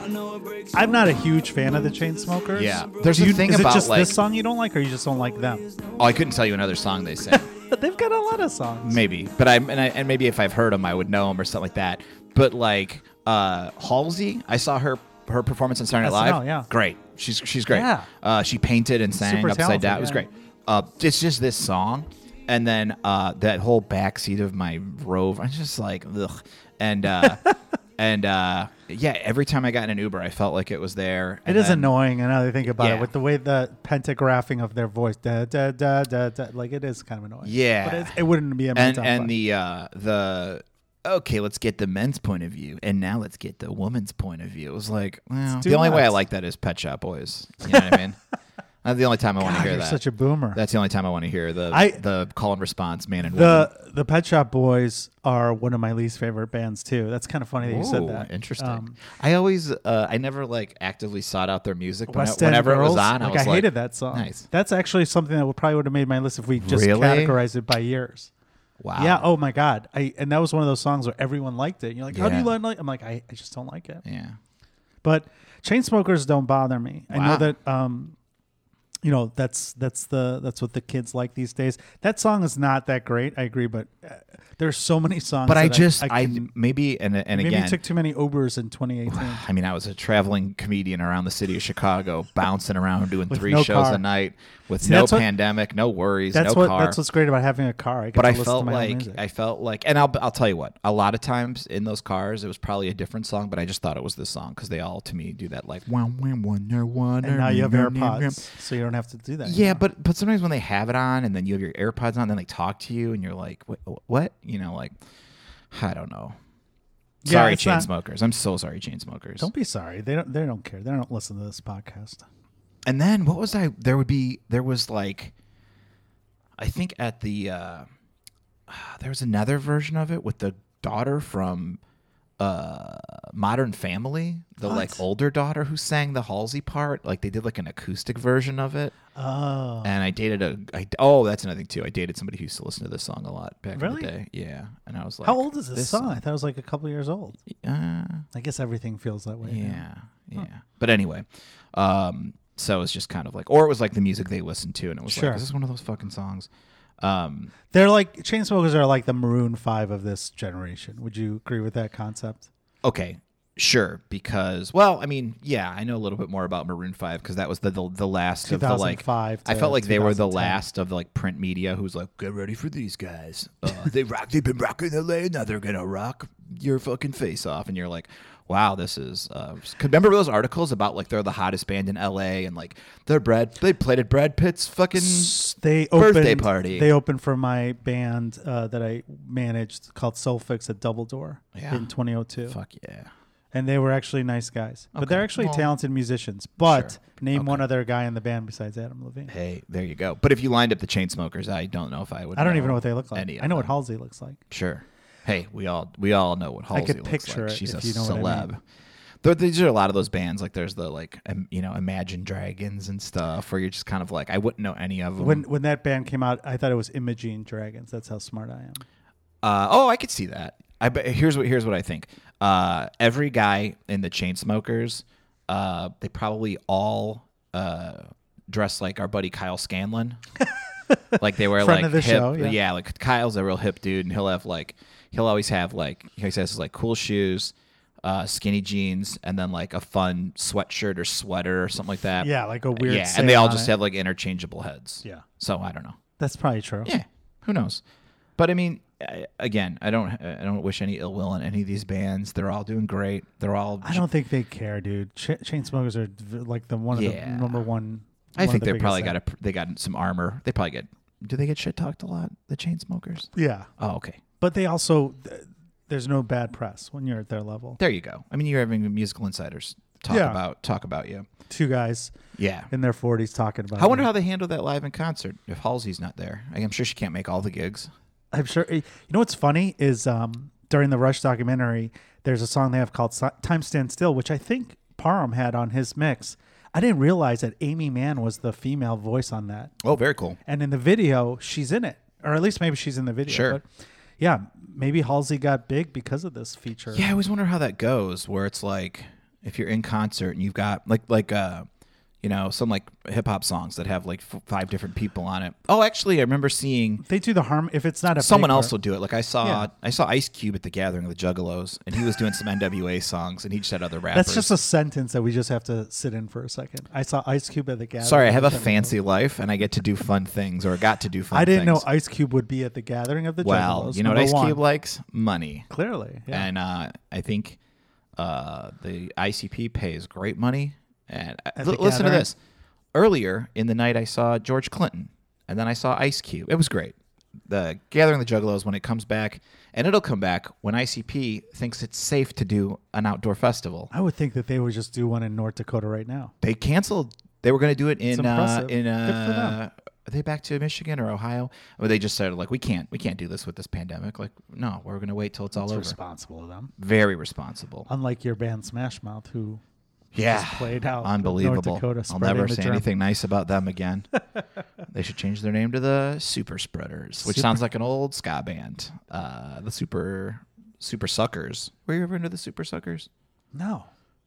[SPEAKER 2] I'm not a huge fan of the Chainsmokers.
[SPEAKER 1] Yeah. There's
[SPEAKER 2] Do
[SPEAKER 1] a
[SPEAKER 2] you,
[SPEAKER 1] thing
[SPEAKER 2] is
[SPEAKER 1] about,
[SPEAKER 2] it just
[SPEAKER 1] like-
[SPEAKER 2] this song you don't like, or you just don't like them?
[SPEAKER 1] Oh, I couldn't tell you another song they
[SPEAKER 2] <laughs>
[SPEAKER 1] sang.
[SPEAKER 2] But they've got a lot of songs.
[SPEAKER 1] maybe but i and, I and maybe if i've heard him i would know him or something like that but like uh halsey i saw her her performance on saturday night
[SPEAKER 2] SNL,
[SPEAKER 1] live
[SPEAKER 2] yeah.
[SPEAKER 1] great she's she's great
[SPEAKER 2] Yeah.
[SPEAKER 1] uh she painted and sang
[SPEAKER 2] Super
[SPEAKER 1] upside down it
[SPEAKER 2] talented,
[SPEAKER 1] was
[SPEAKER 2] yeah.
[SPEAKER 1] great uh it's just this song and then uh that whole backseat of my rove i'm just like ugh. and
[SPEAKER 2] <laughs>
[SPEAKER 1] uh and uh yeah every time i got in an uber i felt like it was there
[SPEAKER 2] It is annoying, and now that I think about
[SPEAKER 1] Yeah.
[SPEAKER 2] it, with the way the pentagraphing of their voice, da da da da, da like it is kind of annoying.
[SPEAKER 1] Yeah.
[SPEAKER 2] but it's, it wouldn't be a
[SPEAKER 1] and
[SPEAKER 2] Motown
[SPEAKER 1] and
[SPEAKER 2] song.
[SPEAKER 1] the uh the okay let's get the men's point of view and now let's get the woman's point of view it was like well,
[SPEAKER 2] too
[SPEAKER 1] the only way i
[SPEAKER 2] much.
[SPEAKER 1] like that is pet shop boys you know what i
[SPEAKER 2] <laughs>
[SPEAKER 1] mean that's the only time i want to
[SPEAKER 2] God,
[SPEAKER 1] hear
[SPEAKER 2] you're
[SPEAKER 1] that
[SPEAKER 2] such a boomer.
[SPEAKER 1] that's the only time i want to hear the
[SPEAKER 2] I-
[SPEAKER 1] the call and response man and woman
[SPEAKER 2] the the Pet Shop Boys are one of my least favorite bands too. That's kind of funny that Oh, you
[SPEAKER 1] Ooh,
[SPEAKER 2] said that.
[SPEAKER 1] interesting
[SPEAKER 2] Um,
[SPEAKER 1] i always uh, i never like actively sought out their music but
[SPEAKER 2] West
[SPEAKER 1] I-
[SPEAKER 2] End
[SPEAKER 1] whenever
[SPEAKER 2] Girls,
[SPEAKER 1] it was on
[SPEAKER 2] like
[SPEAKER 1] i was like
[SPEAKER 2] hated that song.
[SPEAKER 1] nice
[SPEAKER 2] That's actually something that would probably would have made my list if we just
[SPEAKER 1] Really?
[SPEAKER 2] categorized it by years.
[SPEAKER 1] wow
[SPEAKER 2] Yeah. Oh my God. I and that was one of those songs where everyone liked it. And you're like, how do you
[SPEAKER 1] Yeah.
[SPEAKER 2] like? like-" I'm like, I, I just don't like it.
[SPEAKER 1] yeah
[SPEAKER 2] But chain smokers don't bother me. I
[SPEAKER 1] Wow.
[SPEAKER 2] know that. Um, you know that's that's the that's what the kids like these days. That song is not that great. I agree, but uh, there's so many songs.
[SPEAKER 1] but i
[SPEAKER 2] that
[SPEAKER 1] just i,
[SPEAKER 2] can-
[SPEAKER 1] maybe and and
[SPEAKER 2] maybe
[SPEAKER 1] again
[SPEAKER 2] took too many Ubers
[SPEAKER 1] <sighs>
[SPEAKER 2] in 2018.
[SPEAKER 1] I mean, I was a traveling comedian around the city of Chicago, bouncing around doing
[SPEAKER 2] With
[SPEAKER 1] three
[SPEAKER 2] no
[SPEAKER 1] shows
[SPEAKER 2] car.
[SPEAKER 1] a night with no
[SPEAKER 2] that's what-
[SPEAKER 1] pandemic, no worries,
[SPEAKER 2] That's
[SPEAKER 1] no
[SPEAKER 2] what
[SPEAKER 1] car.
[SPEAKER 2] that's what's great about having a car. I get
[SPEAKER 1] but
[SPEAKER 2] to
[SPEAKER 1] I
[SPEAKER 2] listen to
[SPEAKER 1] felt
[SPEAKER 2] my own
[SPEAKER 1] like
[SPEAKER 2] music.
[SPEAKER 1] I felt like, and I'll I'll tell you what. A lot of times in those cars, it was probably a different song, but I just thought it was this song because they all to me do that like one one one one.
[SPEAKER 2] and now you have AirPods, so you don't have to do that.
[SPEAKER 1] Yeah, but but sometimes when they have it on and then you have your AirPods on, then they talk to you and you're like, what? what? You know, like I don't know.
[SPEAKER 2] Yeah,
[SPEAKER 1] Sorry,
[SPEAKER 2] it's not-
[SPEAKER 1] chain smokers. I'm so sorry, chain smokers.
[SPEAKER 2] Don't be sorry. They don't. They don't care. They don't listen to this podcast.
[SPEAKER 1] and then what was I? There would be there was like, I think at the uh, <sighs> there was another version of it with the daughter from uh Modern Family, the like older daughter who sang the Halsey part. Like they did like an acoustic version of it.
[SPEAKER 2] Oh,
[SPEAKER 1] And I dated a I, oh that's another thing too. I dated somebody who used to listen to this song a lot back
[SPEAKER 2] Really?
[SPEAKER 1] in the day. Yeah, and I was like,
[SPEAKER 2] how old is this,
[SPEAKER 1] this
[SPEAKER 2] song? I thought it was like a couple years old.
[SPEAKER 1] Uh,
[SPEAKER 2] I guess everything feels that way. now.
[SPEAKER 1] yeah, yeah. But anyway, um, so it's just kind of like, or it was like the music they listened to, and it was
[SPEAKER 2] Sure.
[SPEAKER 1] like, is this one of those fucking songs? Um,
[SPEAKER 2] They're like Chainsmokers are like the Maroon Five of this generation. Would you agree with that concept?
[SPEAKER 1] okay, sure, because well, I mean, yeah, I know a little bit more about Maroon Five because that was the the, the last of the like.
[SPEAKER 2] 2005
[SPEAKER 1] I
[SPEAKER 2] to
[SPEAKER 1] felt like they were the
[SPEAKER 2] 2010.
[SPEAKER 1] last of like print media who's like, get ready for these guys.
[SPEAKER 2] <laughs>
[SPEAKER 1] Uh, they rock. They've been rocking LA. Now they're gonna rock your fucking face off. And you're like, wow, this is. Uh, 'cause remember those articles about like they're the hottest band in LA and like they're Brad. They played at Brad Pitt's fucking.
[SPEAKER 2] They opened,
[SPEAKER 1] Birthday party.
[SPEAKER 2] They opened for my band uh, that I managed called Soulfix at Double Door
[SPEAKER 1] Yeah.
[SPEAKER 2] in 2002,
[SPEAKER 1] Fuck yeah.
[SPEAKER 2] and they were actually nice guys. But they're
[SPEAKER 1] Okay.
[SPEAKER 2] actually
[SPEAKER 1] Well,
[SPEAKER 2] talented musicians. But
[SPEAKER 1] sure.
[SPEAKER 2] name one other guy in the band besides Adam Levine.
[SPEAKER 1] Hey, there you go. But if you lined up the Chainsmokers, I don't know if I would.
[SPEAKER 2] I don't even know what they look like.
[SPEAKER 1] Any of
[SPEAKER 2] I know what
[SPEAKER 1] them.
[SPEAKER 2] Halsey looks like.
[SPEAKER 1] Sure. Hey, we all we all know what Halsey
[SPEAKER 2] could
[SPEAKER 1] looks
[SPEAKER 2] picture
[SPEAKER 1] like.
[SPEAKER 2] it
[SPEAKER 1] She's
[SPEAKER 2] if
[SPEAKER 1] a
[SPEAKER 2] you know what I
[SPEAKER 1] celeb.
[SPEAKER 2] mean.
[SPEAKER 1] There- these are a lot of those bands. Like there's the like um, you know Imagine Dragons and stuff, where you're just kind of like I wouldn't know any of them.
[SPEAKER 2] When when that band came out, I thought it was Imogene Dragons. That's how smart I am.
[SPEAKER 1] uh, oh, I could see that. I bet here's what here's what I think. Uh, every guy in the Chainsmokers, uh, they probably all uh, dress like our buddy Kyle
[SPEAKER 2] <laughs>
[SPEAKER 1] Scanlon. like they wear
[SPEAKER 2] Friend
[SPEAKER 1] like
[SPEAKER 2] of the
[SPEAKER 1] hip,
[SPEAKER 2] show, yeah.
[SPEAKER 1] like Kyle's a real hip dude, and he'll have like he'll always have like he always has like cool shoes, uh, skinny jeans, and then like a fun sweatshirt or sweater or something like that.
[SPEAKER 2] Yeah, like a weird.
[SPEAKER 1] yeah, and they all
[SPEAKER 2] saying on
[SPEAKER 1] just
[SPEAKER 2] it.
[SPEAKER 1] have like interchangeable heads.
[SPEAKER 2] Yeah.
[SPEAKER 1] So I don't know.
[SPEAKER 2] That's probably true.
[SPEAKER 1] Yeah, who knows? But I mean, I, again, I don't, I don't wish any ill will on any of these bands. They're all doing great. They're all.
[SPEAKER 2] I don't think they care, dude. Ch- chain smokers are v- like the one of
[SPEAKER 1] Yeah.
[SPEAKER 2] the number one.
[SPEAKER 1] I
[SPEAKER 2] one of
[SPEAKER 1] think
[SPEAKER 2] the
[SPEAKER 1] they
[SPEAKER 2] biggest
[SPEAKER 1] probably got
[SPEAKER 2] thing.
[SPEAKER 1] a, they got some armor. They probably get. Do they get shit talked a lot? The chain smokers.
[SPEAKER 2] Yeah,
[SPEAKER 1] Oh, okay.
[SPEAKER 2] but they also th- there's no bad press when you're at their level.
[SPEAKER 1] There you go. I mean, you're having musical insiders talk
[SPEAKER 2] Yeah.
[SPEAKER 1] about talk about you.
[SPEAKER 2] Two guys
[SPEAKER 1] Yeah.
[SPEAKER 2] in their 40s talking about.
[SPEAKER 1] I wonder
[SPEAKER 2] it.
[SPEAKER 1] how they handle that live in concert if Halsey's not there. I'm sure she can't make all the gigs.
[SPEAKER 2] I'm sure. eh, You know what's funny is um, during the Rush documentary, there's a song they have called Si- "Time Stand Still," which I think Parham had on his mix. I didn't realize that Amy Mann was the female voice on that,
[SPEAKER 1] Oh, very cool.
[SPEAKER 2] and in the video, she's in it, or at least maybe she's in the video.
[SPEAKER 1] Sure.
[SPEAKER 2] yeah, maybe Halsey got big because of this feature.
[SPEAKER 1] Yeah, I always wonder how that goes. Where it's like if you're in concert and you've got like like uh you know some like hip hop songs that have like f- five different people on it. Oh, actually, I remember seeing
[SPEAKER 2] They do the harm if it's not a
[SPEAKER 1] someone
[SPEAKER 2] fake
[SPEAKER 1] else
[SPEAKER 2] or-
[SPEAKER 1] will do it. Like I saw
[SPEAKER 2] Yeah.
[SPEAKER 1] I saw Ice Cube at the Gathering of the Juggalos, and he was doing some <laughs> NWA songs, and he just had other rappers.
[SPEAKER 2] That's just a sentence that we just have to sit in for a second. I saw Ice Cube at the gathering.
[SPEAKER 1] Sorry, I have a
[SPEAKER 2] Juggalos.
[SPEAKER 1] fancy life, and I get to do fun things, or got to do fun.
[SPEAKER 2] I didn't
[SPEAKER 1] things.
[SPEAKER 2] know Ice Cube would be at the gathering of the
[SPEAKER 1] Well,
[SPEAKER 2] Juggalos,
[SPEAKER 1] you know what
[SPEAKER 2] number
[SPEAKER 1] Ice Cube
[SPEAKER 2] one.
[SPEAKER 1] likes? Money.
[SPEAKER 2] Clearly, yeah.
[SPEAKER 1] and uh, I think uh, the ICP pays great money. And uh,
[SPEAKER 2] At
[SPEAKER 1] l-
[SPEAKER 2] the
[SPEAKER 1] listen to
[SPEAKER 2] gathering?
[SPEAKER 1] this. Earlier in the night, I saw George Clinton, and then I saw Ice Cube. It was great. The Gathering of the Juggalos when it comes back, and it'll come back when ICP thinks it's safe to do an outdoor festival.
[SPEAKER 2] I would think that they would just do one in North Dakota right now.
[SPEAKER 1] They canceled. They were going to do it in uh,
[SPEAKER 2] impressive.
[SPEAKER 1] in
[SPEAKER 2] Good for them.
[SPEAKER 1] uh, are they back to Michigan or Ohio? But they just started like we can't we can't do this with this pandemic. Like no, we're going to wait till it's all
[SPEAKER 2] It's
[SPEAKER 1] over.
[SPEAKER 2] responsible of them.
[SPEAKER 1] Very responsible.
[SPEAKER 2] Unlike your band Smash Mouth, who
[SPEAKER 1] Yeah,
[SPEAKER 2] played out in North
[SPEAKER 1] Unbelievable.
[SPEAKER 2] Dakota,
[SPEAKER 1] I'll
[SPEAKER 2] spreading
[SPEAKER 1] never
[SPEAKER 2] the
[SPEAKER 1] say
[SPEAKER 2] germ.
[SPEAKER 1] anything nice about them
[SPEAKER 2] <laughs>
[SPEAKER 1] again. they should change their name to the Super Spreaders, which
[SPEAKER 2] Super-
[SPEAKER 1] sounds like an old ska band. Uh, the Super Super Suckers. Were you ever into the Super Suckers?
[SPEAKER 2] no,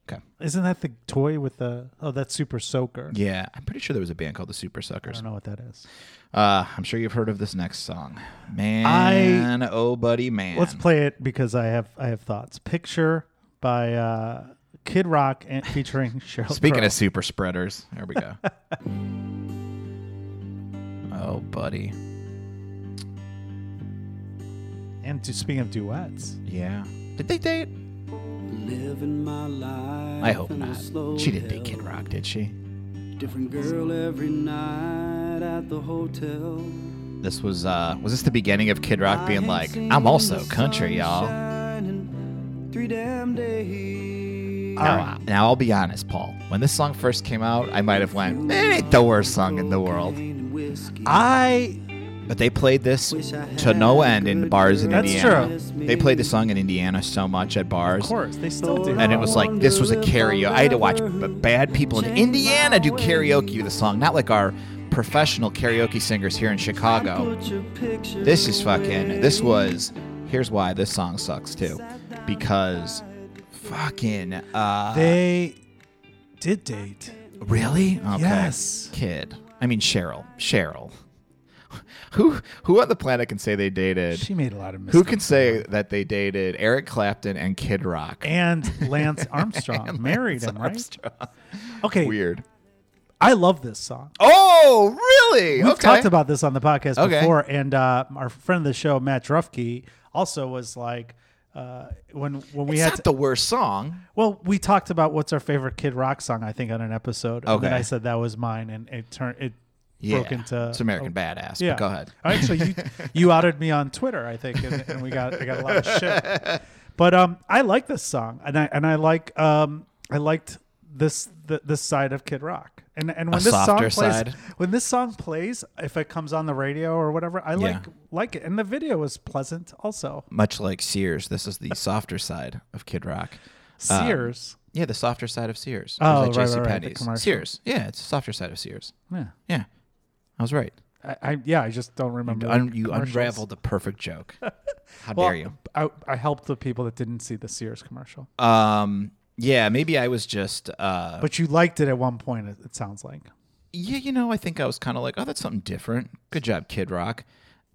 [SPEAKER 1] Okay.
[SPEAKER 2] isn't that the toy with the oh that's Super Soaker?
[SPEAKER 1] Yeah, I'm pretty sure there was a band called the Super
[SPEAKER 2] I
[SPEAKER 1] Suckers.
[SPEAKER 2] don't know what that is.
[SPEAKER 1] Uh, I'm sure you've heard of this next song, man. oh, buddy, man.
[SPEAKER 2] Let's play it because I have I have thoughts. Picture by uh, Kid Rock and <laughs> featuring Cheryl.
[SPEAKER 1] Speaking
[SPEAKER 2] Crow.
[SPEAKER 1] of super spreaders, there we
[SPEAKER 2] <laughs>
[SPEAKER 1] go. oh, buddy.
[SPEAKER 2] and to, speaking of duets,
[SPEAKER 1] Yeah. Did they date?
[SPEAKER 3] Living my life.
[SPEAKER 1] I hope
[SPEAKER 3] in a
[SPEAKER 1] not.
[SPEAKER 3] slow
[SPEAKER 1] She didn't date Kid
[SPEAKER 3] hell.
[SPEAKER 1] Rock, did she?
[SPEAKER 3] Different girl every night at the hotel.
[SPEAKER 1] This was uh was this the beginning of Kid Rock being
[SPEAKER 3] I
[SPEAKER 1] like,
[SPEAKER 3] ain't
[SPEAKER 1] I'm
[SPEAKER 3] seen
[SPEAKER 1] also
[SPEAKER 3] the
[SPEAKER 1] country,
[SPEAKER 3] sun
[SPEAKER 1] y'all.
[SPEAKER 3] shine in Three damn days.
[SPEAKER 1] Now, now I'll be honest, Paul. When this song first came out, I might have went, it ain't the worst song in the world.
[SPEAKER 3] Cocaine and whiskey.
[SPEAKER 2] I
[SPEAKER 1] But they played this to no end in bars in
[SPEAKER 2] That's
[SPEAKER 1] Indiana.
[SPEAKER 3] true.
[SPEAKER 1] They played this song in Indiana so much at bars.
[SPEAKER 2] of course they still do.
[SPEAKER 1] And it was like this was a karaoke. I had to watch b- bad people in Indiana do karaoke with the song, not like our professional karaoke singers here in Chicago.
[SPEAKER 3] Put your picture
[SPEAKER 1] This is fucking. This was. Here's why this song sucks too, because fucking. uh
[SPEAKER 2] they did date.
[SPEAKER 1] Really? Okay.
[SPEAKER 2] Yes.
[SPEAKER 1] Kid. I mean Cheryl. Cheryl. <laughs> Who who on the planet can say they dated?
[SPEAKER 2] She made a lot of mistakes.
[SPEAKER 1] who can say that they dated Eric Clapton and Kid Rock?
[SPEAKER 2] and Lance
[SPEAKER 1] <laughs>
[SPEAKER 2] Armstrong
[SPEAKER 1] And
[SPEAKER 2] married
[SPEAKER 1] Lance
[SPEAKER 2] him, right?
[SPEAKER 1] Armstrong.
[SPEAKER 2] Okay,
[SPEAKER 1] Weird.
[SPEAKER 2] I love this song.
[SPEAKER 1] Oh, really?
[SPEAKER 2] We've
[SPEAKER 1] okay.
[SPEAKER 2] talked about this on the podcast
[SPEAKER 1] Okay.
[SPEAKER 2] before, and uh, our friend of the show, Matt Drufke, also was like, uh, when when we
[SPEAKER 1] it's
[SPEAKER 2] had
[SPEAKER 1] not
[SPEAKER 2] to-
[SPEAKER 1] the worst song.
[SPEAKER 2] well, we talked about what's our favorite Kid Rock song, I think, on an episode, and then
[SPEAKER 1] Okay.
[SPEAKER 2] I said that was mine, and it turned it
[SPEAKER 1] Yeah.
[SPEAKER 2] broke into
[SPEAKER 1] it's American
[SPEAKER 2] oh,
[SPEAKER 1] Badass.
[SPEAKER 2] Yeah, Uh,
[SPEAKER 1] But go ahead.
[SPEAKER 2] Actually,
[SPEAKER 1] <laughs>
[SPEAKER 2] you you outed me on Twitter, I think, and, and we got I got a lot of shit. But um, I like this song, and I and I like um, I liked this the, this side of Kid Rock, and and when
[SPEAKER 1] A
[SPEAKER 2] this song
[SPEAKER 1] softer
[SPEAKER 2] plays,
[SPEAKER 1] side.
[SPEAKER 2] when this song plays, if it comes on the radio or whatever, I like like it, and the video was pleasant also.
[SPEAKER 1] Much like Sears, this is the softer side of Kid Rock.
[SPEAKER 2] Sears,
[SPEAKER 1] Yeah, the softer side of Sears.
[SPEAKER 2] Oh,
[SPEAKER 1] It's
[SPEAKER 2] right,
[SPEAKER 1] JC
[SPEAKER 2] right, right, the
[SPEAKER 1] Penney's.
[SPEAKER 2] commercial.
[SPEAKER 1] Sears. Yeah, it's the softer side of Sears.
[SPEAKER 2] yeah,
[SPEAKER 1] Yeah, I was right.
[SPEAKER 2] I, I yeah, I just don't remember.
[SPEAKER 1] Un-
[SPEAKER 2] the
[SPEAKER 1] you
[SPEAKER 2] commercials.
[SPEAKER 1] unraveled the perfect joke.
[SPEAKER 2] <laughs>
[SPEAKER 1] How
[SPEAKER 2] Well,
[SPEAKER 1] dare you?
[SPEAKER 2] I, I helped the people that didn't see the Sears commercial,
[SPEAKER 1] Um, yeah, maybe I was just. Uh,
[SPEAKER 2] but you liked it at one point. It, it sounds like.
[SPEAKER 1] yeah, you know, I think I was kind of like, oh, that's something different. Good job, Kid Rock.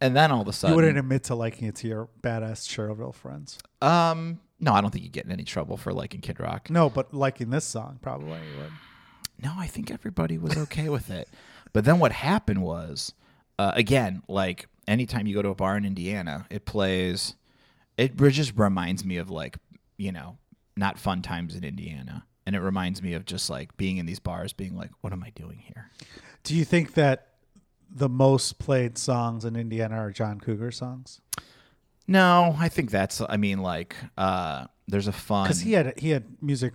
[SPEAKER 1] And then all of a
[SPEAKER 2] You
[SPEAKER 1] sudden,
[SPEAKER 2] wouldn't admit to liking it to your badass Cherville friends.
[SPEAKER 1] um, no, I don't think you get in any trouble for liking Kid Rock.
[SPEAKER 2] No, but liking this song probably you would.
[SPEAKER 1] no, I think everybody was okay with it. But then what happened was, uh, again, like anytime you go to a bar in Indiana, it plays, it re- just reminds me of like, you know, not fun times in Indiana. And it reminds me of just like being in these bars, being like, what am I doing here?
[SPEAKER 2] Do you think that the most played songs in Indiana are John Cougar songs?
[SPEAKER 1] No, I think that's, I mean, like, uh, there's a fun.
[SPEAKER 2] Because he had he had music